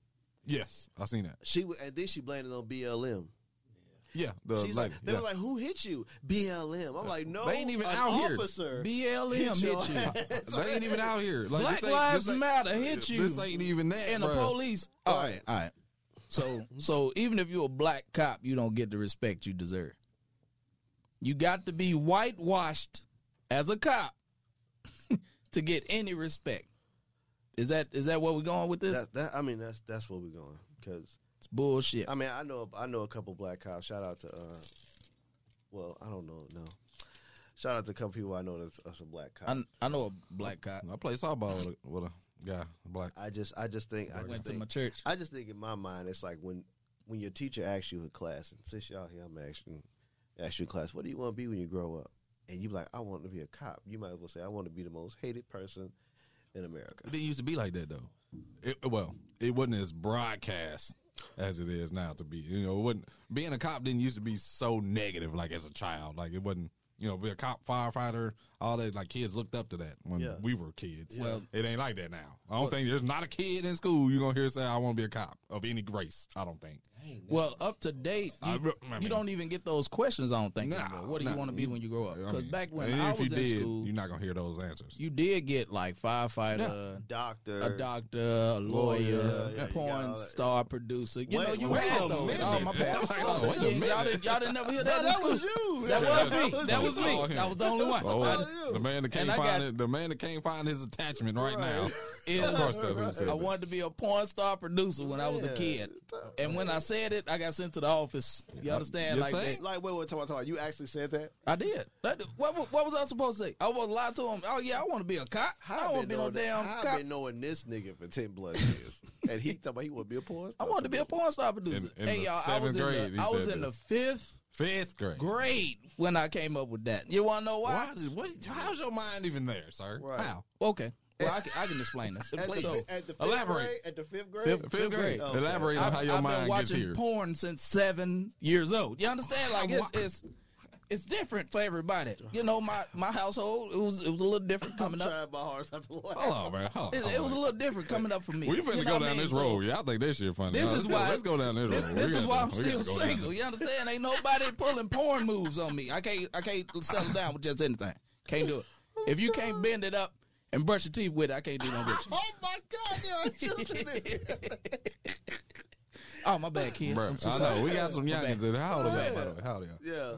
S1: Yes, I seen that.
S2: She wa- and then she blamed it on BLM.
S1: Yeah, the
S2: She's
S1: lady,
S2: like, they
S1: Uh, yeah.
S2: were like, "Who hit you?" BLM. I'm like, "No,
S1: They ain't even
S2: an
S1: out here.
S2: officer
S3: BLM hit
S2: your
S3: you.
S2: ass."
S1: they ain't even out here. Like,
S3: Black
S1: this ain't-
S3: Lives
S1: this ain't-
S3: Matter hit you.
S1: This ain't even that.
S3: and the
S1: bruh.
S3: police. All right, all right. So, so even if you're a black cop, you don't get the respect you deserve. You got to be whitewashed as a cop to get any respect. Is that is that where we're going with this?
S2: That, that, I mean, that's that's where we're going. Because
S3: it's bullshit.
S2: I mean, I know I know a couple black cops. Shout out to, uh, well, I don't know, no. Shout out to a couple people I know that's, that's a black cop.
S3: I, I know a black cop
S1: I play softball with a, with a guy, a black.
S2: I just I just think I just
S3: went to my
S2: think,
S3: church.
S2: I just think in my mind it's like when when your teacher asks you in class, and since y'all here, I'm asking ask you in class, what do you want to be when you grow up? And you be like, I want to be a cop. You might as well say, I want to be the most hated person in America.
S1: It didn't used to be like that though. It, well, it wasn't as broadcast as it is now to be. You know, it wasn't being a cop didn't used to be so negative like as a child. Like it wasn't. You know, be a cop, firefighter, all that. Like kids looked up to that when
S2: Yeah.
S1: we were kids.
S3: Well-
S1: it ain't like that now. I don't think there's not a kid in school you are gonna hear say I want to be a cop of any grace. I don't think.
S5: I ain't
S3: Well, up to date, you,
S1: I re- I mean-
S3: you don't even get those questions. I don't think.
S1: Nah,
S3: anymore. What do
S1: nah,
S3: you want to be
S1: you-
S3: when you grow up?
S1: I
S3: Because
S1: mean,
S3: back when
S1: even
S3: I
S1: if
S3: was in
S1: you did,
S3: school,
S1: you're not gonna hear those answers.
S3: you did get like firefighter,
S2: Doctor,
S3: a doctor, a lawyer,
S2: yeah, yeah, you got
S3: porn
S2: all that.
S3: star producer. You
S2: Wait,
S3: know, you
S2: wait
S3: had
S2: a
S3: those.
S2: minute.
S3: Oh, my porn
S1: Like,
S3: star.
S1: oh, wait a
S3: producer. y'all,
S1: minute.
S3: didn't, y'all didn't never hear that in
S2: that
S3: school.
S2: was you.
S3: That was me.
S1: That
S3: That
S1: was
S3: was me.
S1: all him.
S3: That was the only one.
S1: Oh,
S3: I-
S2: you.
S1: the man that can't
S3: And I
S1: find
S3: got-
S1: it, the man that can't find his attachment right, now.
S3: Is-
S1: of course, that's who said
S3: I
S1: that.
S3: wanted to be a porn star producer when I was a
S2: Yeah.
S3: kid, and when I said it, I got sent to the office. You understand?
S1: You
S3: like
S1: think?
S3: that.
S2: Like, wait, wait, talk about, talk about. You actually said that?
S3: I did. That- what, what, what was I supposed to say? I was lie to him. Oh yeah, I want to be a cop. I don't want to be no
S2: knowing-
S3: damn
S2: I've
S3: cop.
S2: been knowing this nigga for ten plus years, and he talking about he want to be a porn
S3: I
S2: star.
S3: wanted to be a porn star producer.
S1: In- in
S3: hey
S1: the
S3: y'all, I
S1: seventh
S3: was
S1: grade,
S3: in
S1: he
S3: the, I was
S1: said
S3: in the
S1: this.
S3: fifth
S1: Fifth grade.
S3: grade when I came up with that. You want to know why?
S1: Why? did- What, how's your mind even there, sir?
S2: Right.
S1: How?
S3: Okay. Well, I can, I can explain this.
S2: At the,
S3: So,
S2: at the fifth
S1: elaborate.
S2: Grade, at the fifth grade.
S3: Fifth-
S1: Fifth grade.
S3: grade.
S2: Okay.
S1: Elaborate on
S3: I've,
S1: how your
S3: I've been
S1: mind gets
S3: watching
S1: here.
S3: porn since seven years old. You understand? Like it's
S1: Why?
S3: it's, it's different for everybody. You know, my, my household it was it was a little different
S2: I'm
S3: coming up.
S2: trying my hardest not to laugh.
S1: Hold on, man. Hold
S3: It,
S1: on.
S3: it was a little different coming up for me.
S1: we
S3: You know
S1: finna
S3: what I
S1: go down
S3: mean?
S1: this
S3: So-
S1: road. Y'all think this shit funny?
S3: This
S1: No,
S3: is
S1: let's go-
S3: why-
S1: let's go down this
S3: This,
S1: road.
S3: this
S1: We
S3: is
S1: gotta
S3: why
S1: go-
S3: I'm
S1: we gotta go
S3: still
S1: down
S3: single.
S1: this-
S3: You understand? Ain't nobody pulling porn moves on me. I can't I can't settle down with just anything. Can't do it. If you can't bend it up and brush your teeth with it, I can't do no bitches.
S2: Oh my god, there are children in here.
S3: Oh my bad, kids.
S1: Bruh,
S3: I'm so
S1: I
S3: sorry.
S1: know we got some
S3: Oh, My bad.
S1: youngins. in here. How old are
S2: Yeah.
S1: y'all? By the way, how old are y'all?
S2: Yeah.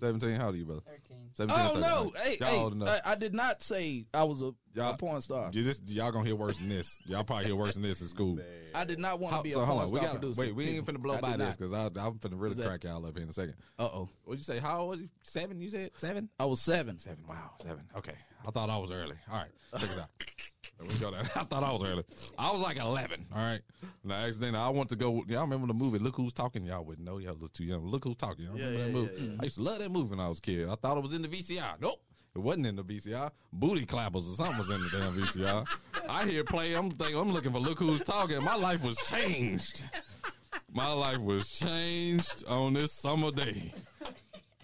S1: Seventeen. How old are you, brother?
S6: 13.
S1: Seventeen. or
S3: Oh
S1: 13?
S3: no! Hey,
S1: y'all
S3: hey,
S1: old enough.
S3: I, I did not say I was a,
S1: Y'all-
S3: a porn star.
S1: You just y'all gonna hear worse than this. Y'all probably hear worse than this in school.
S3: I did not want
S1: How-
S3: to be a
S1: so
S3: porn
S1: hold on, we
S3: star
S1: got
S3: producer.
S1: wait. We ain't finna blow
S3: I
S1: by
S3: did
S1: this
S3: not.
S1: because I'm finna really
S3: Exact-
S1: crack y'all up here in a second.
S3: Uh oh,
S1: What'd you say? How old was you? Seven? You said seven?
S3: I was seven.
S1: Seven. Wow, seven. Okay. I thought I was early. All right. Check this out. There we go. Down. I thought I was early. I was like eleven. All right. Now, accidentally, I want to go. Y'all remember the movie Look Who's Talking? Y'all wouldn't know. Y'all look too young. Look Who's Talking. Y'all
S2: Yeah,
S1: remember that
S2: yeah,
S1: movie?
S2: yeah, yeah.
S1: I used to love that movie when I was a kid. I thought it was in the VCR. Nope. It wasn't in the VCR. Booty clappers or something was in the damn VCR. I hear play. I'm thinking. I'm looking for Look Who's Talking. My life was changed. My life was changed on this summer day.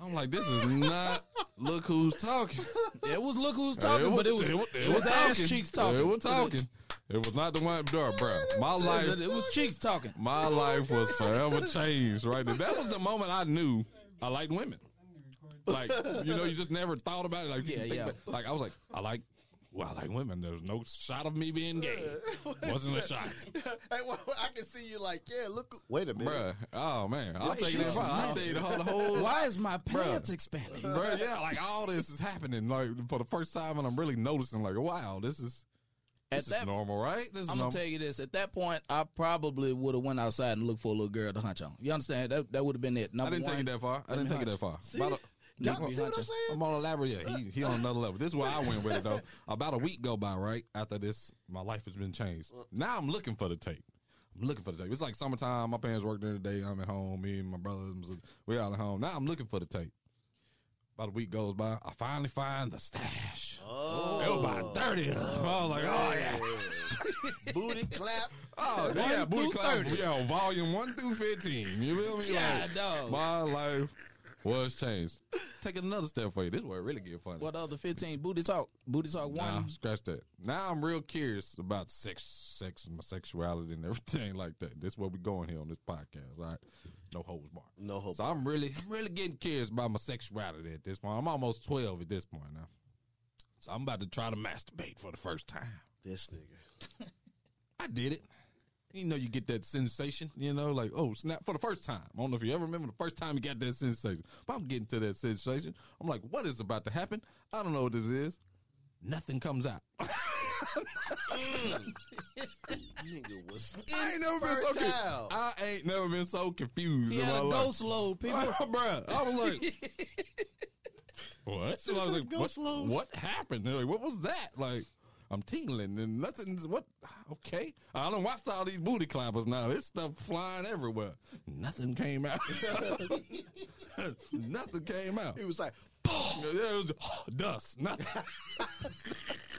S1: I'm like, this is not Look Who's Talking.
S3: Yeah, it was look who's talking, but it was it was, ass
S1: talking.
S3: cheeks talking.
S1: It was talking. It was not the white dark bro. My
S3: It was,
S1: life,
S3: it was cheeks talking.
S1: my life was forever changed. Right, there. that was the moment I knew I liked women. Like you know, you just never thought about it. Like you
S3: Yeah,
S1: think
S3: yeah.
S1: about- like I was like, I like, well, I like women. There's no shot of me being gay. Wasn't a shot,
S2: hey, well, I can see you like, yeah, look. Wait a minute.
S1: Bruh. Oh man, I'll tell you
S3: cheeks
S1: that.
S3: is
S1: I'll
S3: talking.
S1: tell you the whole, the whole
S3: Why is my pants expanding?
S1: Bruh, yeah, like all this is happening like for the first time, and I'm really noticing like, wow, this is
S3: At
S1: this is
S3: that,
S1: normal, right? This is
S3: I'm gonna
S1: normal.
S3: tell you this. At that point, I probably would have went outside and looked for a little girl to hunch on. You understand? That that would have been it.
S1: I
S3: Number
S1: didn't
S3: one,
S1: take it that far. I didn't take it that far. About a-
S3: Y'all
S1: I'm
S3: see what I'm
S1: on-
S3: saying?
S1: I'm on elaborate. Yeah, he, he on another level. This is where I went with it though. About a week go by, right after this, my life has been changed. Now I'm looking for the tape. I'm looking for the tape. It's like summertime. My parents work during the day. I'm at home. Me and my brothers, we all at home. Now I'm looking for the tape. About a week goes by, I finally find the stash.
S2: Oh,
S1: It was about 30 of them. I was like, oh, yeah.
S2: booty clap.
S1: Oh, yeah,
S3: One
S1: booty
S3: through
S1: clap.
S3: 30.
S1: Yo, volume 1 through 15. You feel me?
S3: Yeah,
S1: like,
S3: dog.
S1: My life was changed. Taking another step for you. This is where it really get funny.
S3: What the other fifteen? Booty talk. Booty talk
S1: Nah,
S3: one.
S1: scratch that. Now I'm real curious about sex, sex, my sexuality, and everything like that. This is where we going here on this podcast, all right? No holds barred.
S2: No hope.
S1: So I'm really, I'm really getting curious about my sexuality at this point. I'm almost 12 at this point now. So I'm about to try to masturbate for the first time.
S2: This nigga.
S1: I did it. You know, you get that sensation, you know, like, oh, snap, for the first time. I don't know if you ever remember the first time you got that sensation. But I'm getting to that sensation. I'm like, what is about to happen? I don't know what this is. Nothing comes out.
S2: nigga was
S1: I ain't never been so confused.
S2: infertile.
S1: I ain't never been so confused
S3: He
S1: in
S3: had
S1: my
S3: a
S1: life.
S3: ghost load, people.
S1: Bruh, I was like, what? So I was
S2: a
S1: like, what,
S2: ghost load.
S1: what happened? They're like, what was that? Like, I'm tingling and nothing's what? Ah, Okay, I don't watch all these booty clappers now. This stuff flying everywhere. Nothing came out. nothing came out.
S2: He was like,
S1: Yeah, it was dust. Nothing.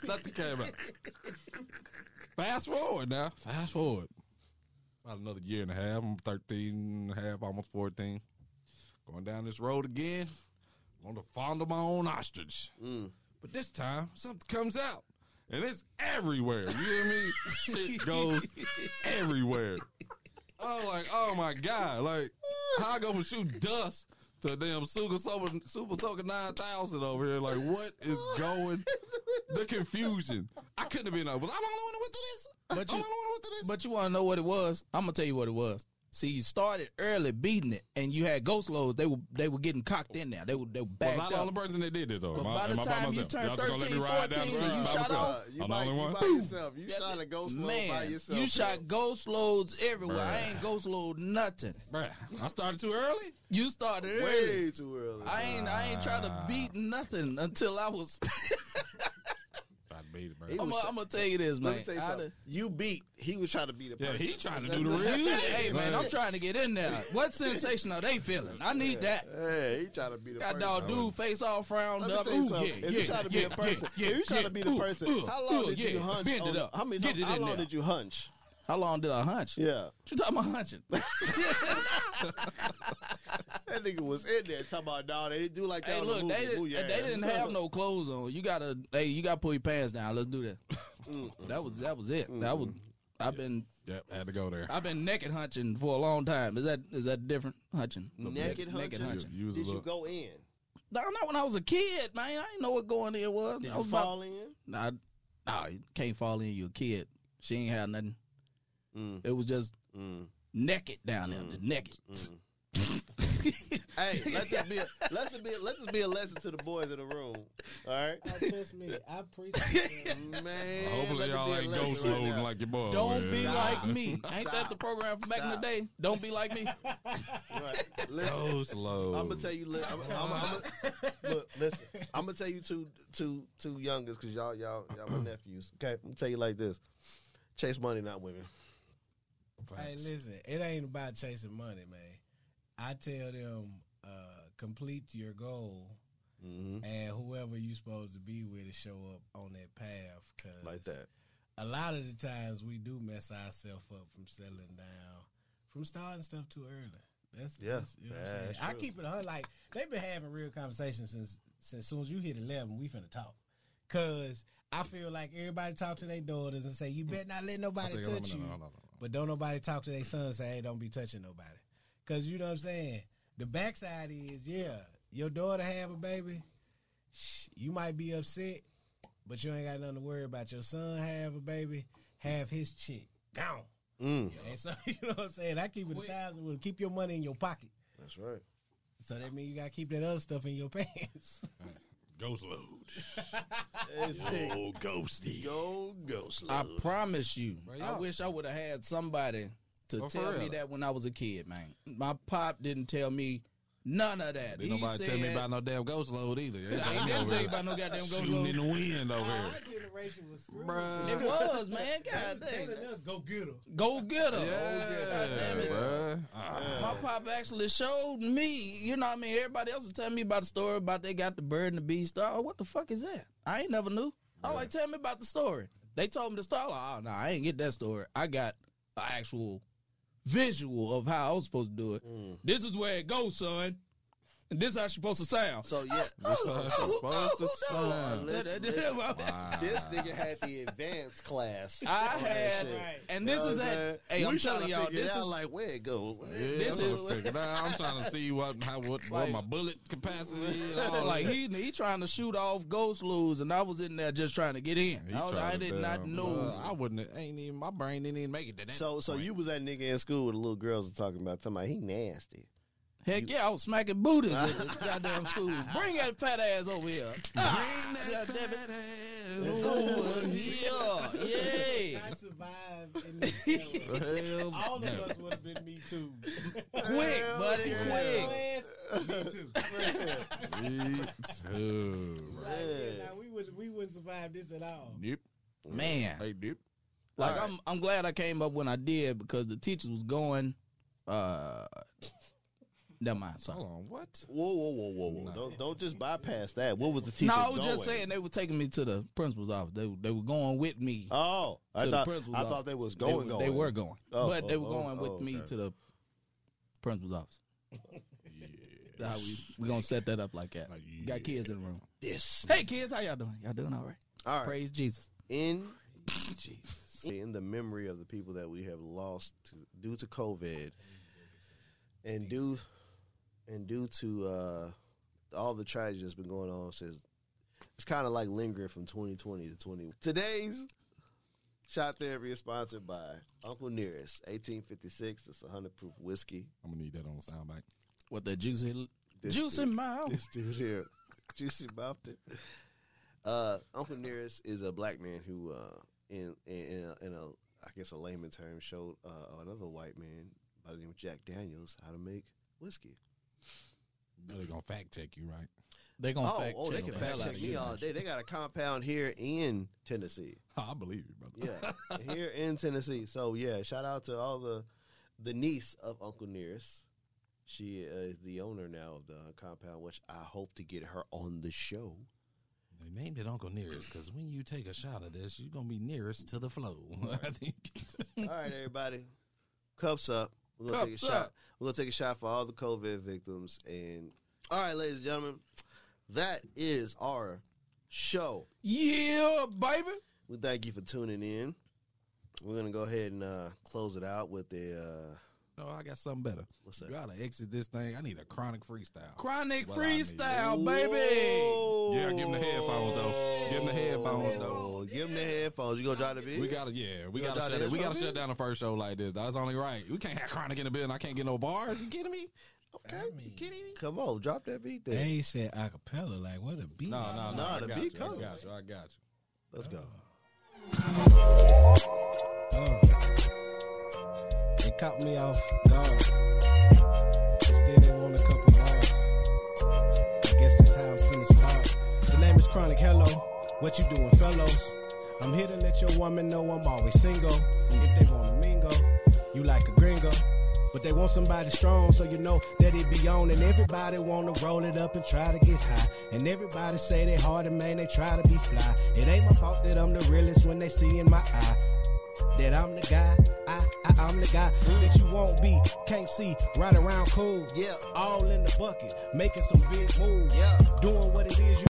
S1: Nothing came out. Fast forward now. Fast forward. About another year and a half. I'm 13 and a half, almost 14. Going down this road again. Want to fondle my own ostrich. But this time, something comes out. And it's everywhere. You hear me? Shit goes everywhere. I'm like, oh my God. Like, how I go from shoot dust to damn Super Soaker, Super Soaker 9000 over here? Like, what is going The confusion. I couldn't have been like, was I the only one who went through this?
S3: But
S1: I'm
S3: you-
S1: the only one who went through this?
S3: But you want to know what it was? I'm gonna tell you what it was. See, you started early beating it, and you had ghost loads. They were they were getting cocked in there. They were they were
S1: was
S3: backed
S1: I the
S3: up.
S1: only person that did this, though?
S3: But
S1: Am I-
S3: by the
S1: am I
S3: time you
S1: myself?
S3: turned
S1: Y'all just gonna let me
S3: 13,
S1: ride down the
S3: 14,
S1: street
S3: you
S1: by
S3: shot
S1: myself?
S2: you,
S3: off.
S1: I'm the
S2: by,
S1: only
S2: you
S1: one.
S2: by yourself. You shot a ghost load by yourself.
S3: you shot ghost loads everywhere. I
S1: Bruh.
S3: ain't ghost load nothing.
S1: Bruh, I started too early.
S3: You started
S2: bro.
S3: early.
S2: way too early.
S3: I ain't I ain't trying
S2: Ah.
S3: to beat nothing until I was.
S1: I beat it, bro.
S3: I'm
S2: was try-
S3: gonna tell you this, man.
S2: Let me tell you
S3: I'da-
S2: something. You beat. He was trying to beat the
S1: Yeah,
S2: person.
S1: he trying to do the real
S3: You-
S1: thing.
S3: hey man, I'm trying to get in there. What sensation are they feeling? I need that.
S2: Hey, he trying to be the
S3: Got
S2: person.
S3: dog dude face all frowned
S2: Let me
S3: up.
S2: tell you
S3: Ooh, yeah,
S2: something.
S3: yeah,
S2: if you trying to be
S3: yeah,
S2: a person,
S3: yeah,
S2: if you trying
S3: yeah,
S2: to be the
S3: ooh,
S2: person,
S3: ooh,
S2: how long
S3: ooh,
S2: did you
S3: yeah,
S2: hunch?
S3: Bend it
S2: on-
S3: up.
S2: How many?
S3: Get it
S2: how
S3: in
S2: long
S3: there.
S2: did you hunch?
S3: How long did I hunch?
S2: Yeah,
S3: What you talking about hunching?
S2: that nigga was in there talking about no, they didn't do like that.
S3: hey,
S2: on
S3: look,
S2: the
S3: they
S2: movie.
S3: didn't.
S2: Ooh, yeah.
S3: They didn't have no clothes on. You gotta. Hey, you gotta pull your pants down. Let's do that. that was that was it. That was. I've been
S1: Yep, had to go there.
S3: I've been naked hunching for a long time. Is that is that different hunching?
S2: naked hunch.
S3: Naked hunching.
S1: You was a
S2: Did you
S1: little-
S2: go in?
S3: No, not when I was a kid, man. I didn't know what going in was.
S2: Did
S3: I
S2: you
S3: was about-
S2: fall in?
S3: Nah, nah, you can't fall in. You a kid. She ain't had nothing.
S2: Mm.
S3: It was just
S2: Mm.
S3: naked down there, just naked.
S2: Hey, let this be a, let's be let this be a lesson to the boys in the room. All right,
S5: Trust me, I preach.
S2: man.
S1: Hopefully
S2: let this
S1: y'all
S2: be a
S1: ain't
S2: lesson
S1: ghost
S2: right
S1: loading
S2: now.
S1: like your boy.
S3: Don't
S1: man.
S3: be
S2: Nah.
S3: like me. Ain't that
S2: Stop.
S3: the program from back in
S2: Stop.
S3: the day? Don't be like me.
S2: Right. Listen,
S1: ghost load.
S2: I'm gonna tell you. Li- I'm, I'm, I'm, look, listen. I'm gonna tell you two, two, two youngest because y'all, y'all, y'all my nephews. Okay, I'm gonna tell you like this: chase money, not women.
S5: hey, listen, it ain't about chasing money, man. I tell them, uh, complete your goal,
S2: Mm-hmm.
S5: and whoever you supposed to be with to show up on that path. Cause
S2: Like that.
S5: a lot of the times we do mess ourselves up from settling down, from starting stuff too early. That's
S2: Yeah,
S5: that's- you know what I'm
S2: that's
S5: saying? I
S2: true.
S5: keep it on like they've been having real conversations since since soon as you hit eleven, we finna talk. Cause I feel like everybody talk to their daughters and say, You better not let
S1: I
S5: nobody
S1: said,
S5: touch
S1: no,
S5: you.
S1: no, no, no, no.
S5: But don't nobody talk to their son and say, Hey, don't be touching nobody. Cause you know what I'm saying? The backside is, yeah, your daughter have a baby, sh- you might be upset, but you ain't got nothing to worry about. Your son have a baby, have his chick gone.
S2: Mm.
S5: And so you know what I'm saying. I keep it a
S3: Wait.
S5: thousand. With keep your money in your pocket.
S2: That's right.
S5: So that means you gotta keep that other stuff in your pants.
S1: Ghost load.
S2: Yo,
S1: ghosty.
S2: Yo, ghost.
S3: I
S2: love.
S3: promise you, I
S1: y'all-
S3: wish I would have had somebody to
S1: Oh, for
S3: tell me
S1: real.
S3: that when I was a kid, man. My pop didn't tell me none of that.
S1: Didn't
S3: He
S1: nobody tell me
S3: said-
S1: about no damn ghost load either.
S3: I ain't never tell you about no goddamn ghost
S1: Shooting in
S3: load.
S1: the wind over here.
S5: generation was screwed.
S1: Bruh.
S3: It was, man. God dang.
S5: us go get her.
S3: Go get her.
S1: Yeah,
S3: damn it.
S1: bruh. Ah.
S3: My pop actually showed me, you know what I mean? Everybody else was telling me about the story about they got the bird and the bee star. Oh, what the fuck is that? I ain't never knew. I was like, tell me about the story. They told me the story. Like, oh, no, I ain't get that story. I got an actual visual of how I was supposed to do it.
S2: Mm.
S3: This is where it goes, son. And this how it's supposed to sound. Oh,
S2: So yeah,
S1: This how it's supposed to
S2: Oh,
S1: sound.
S2: listen,
S3: That- that-
S2: listen.
S1: Wow.
S2: this nigga had the advanced class.
S3: I
S2: on that
S3: had-
S2: shit.
S5: Right.
S3: and this
S2: You know
S3: is
S2: what I'm
S3: at,
S2: saying?
S3: hey, I'm
S2: We tryna
S3: telling y'all,
S2: figure it
S3: this
S2: out,
S3: is
S2: like where it go.
S1: Yeah,
S2: This
S1: I'm,
S2: is
S1: gonna figure it out. I'm trying to see what how, what, what my bullet capacity is. and all
S3: like
S1: that.
S3: he he trying to shoot off ghost loos, and I was in there just trying to get in.
S1: He
S3: I, was-
S1: tried
S3: I
S1: to
S3: did not
S1: damn-
S3: know.
S1: Uh, I wouldn't. Ain't even my brain didn't even make it to that.
S2: so, so
S1: point.
S2: you was that nigga in school with the little girls were talking about talking about he nasty.
S3: Heck yeah, I was smacking booties at the goddamn school. Bring that fat ass over here.
S1: bring that
S3: God Ah, damn it.
S1: fat ass
S3: Over
S1: over here.
S3: here. Yay.
S5: I survived in the
S1: Hell
S5: All of
S1: no.
S5: us would have been me too.
S3: Quick,
S2: Hell
S3: buddy,
S2: yeah.
S3: quick.
S5: me too.
S1: Me too. bro.
S5: Like, yeah, nah, we would we wouldn't survive this at all.
S1: Yep.
S3: Man.
S1: Hey, dip.
S3: Like
S2: Alright.
S3: I'm I'm glad I came up when I did because the teachers was going uh never mind, sorry.
S1: Hold on. What?
S2: Whoa, whoa, whoa, whoa, whoa! Don't don't just bypass that. What was the teacher?
S3: No, I was
S2: going?
S3: just saying they were taking me to the principal's office. They they were going with me.
S2: Oh, I
S3: to
S2: thought
S3: the principal's
S2: I
S3: office.
S2: thought they was going.
S3: They were,
S2: going.
S3: They were going,
S2: Oh,
S3: but they
S2: oh,
S3: were
S2: oh,
S3: going with
S2: oh,
S3: me
S2: okay.
S3: to the principal's office. yeah, how we we gonna set that up like that?
S1: Like,
S3: Got kids in the room.
S2: this.
S3: Hey kids, how y'all doing? Y'all doing all right?
S2: All right.
S3: Praise Jesus.
S2: In Jesus. In the memory of the people that we have lost to, due to COVID, and due and due to uh, all the tragedy that's been going on since it's kind of like lingering from 2020 to 20. Today's shot therapy is sponsored by Uncle Nearest 1856. It's 100 proof whiskey.
S1: I'm gonna need that on soundbite.
S3: What the juicy
S2: This
S3: juicy
S2: dude.
S3: mouth?
S2: this dude here, juicy mouthed it. Uh, Uncle Nearest is a black man who, uh, in in in a, in a I guess a layman term, showed uh, another white man by the name of Jack Daniels how to make whiskey.
S1: Know They gonna fact check you, right?
S3: They gonna
S2: Oh,
S3: fact
S2: oh,
S3: check
S2: they
S3: the
S2: can
S3: hell
S2: fact
S3: out
S2: check
S3: of
S2: me
S3: you.
S2: all day. They got a compound here in Tennessee.
S1: I believe you, brother.
S2: Yeah, here in Tennessee. So yeah, shout out to all the the niece of Uncle Nearest. She uh, is the owner now of the compound, which I hope to get her on the show.
S1: They named it Uncle Nearest because when you take a shot of this, you're gonna be nearest to the flow. I think.
S2: All right, everybody. Cups up. We're gonna take a
S3: Cups
S2: shot.
S3: up.
S2: We're gonna take a shot for all the COVID victims. And all right, ladies and gentlemen, that is our show.
S3: Yeah, baby.
S2: We thank you for tuning in. We're gonna go ahead and uh, close it out with the uh,
S1: no, I got something better.
S2: what's
S1: You
S2: that?
S1: gotta exit this thing. I need a chronic freestyle.
S3: Chronic
S1: What I need.
S3: freestyle, baby.
S1: Yeah, give him the headphones though. Give him the headphones though.
S2: Oh, give him the headphones. You gonna drop the beat?
S1: We gotta, yeah, we
S2: You
S1: gotta
S2: gotta
S1: shut
S2: do
S1: it. We
S2: this
S1: gotta
S2: one?
S1: shut down the first show like this. That's only right. We can't have chronic in the building. I can't get no bars. You kidding me?
S2: Okay,
S5: I
S2: you
S5: mean-
S2: kidding me? Come on, drop that beat there.
S5: They said acapella. Like what a beat.
S1: No, no, no.
S2: Nah,
S1: I
S2: the
S1: got
S2: beat
S1: you,
S2: coming.
S1: I got you. I got you.
S2: Let's go.
S5: Oh. It caught me off guard. Instead, they want a couple bars. I guess that's how I'm finna start. The name is Chronic Hello. What you doing, fellows? I'm here to let your woman know I'm always single. If they wanna mingle, you like a gringo. But they want somebody strong, so you know that it be on. And everybody wanna roll it up and try to get high. And everybody say they hard and man, they try to be fly. It ain't my fault that I'm the realest when they see in my eye that I'm the guy. I, I I'm the guy that you won't be, can't see, right around cool.
S2: Yeah.
S5: All in the bucket, making some big moves.
S2: Yeah.
S5: Doing what it is you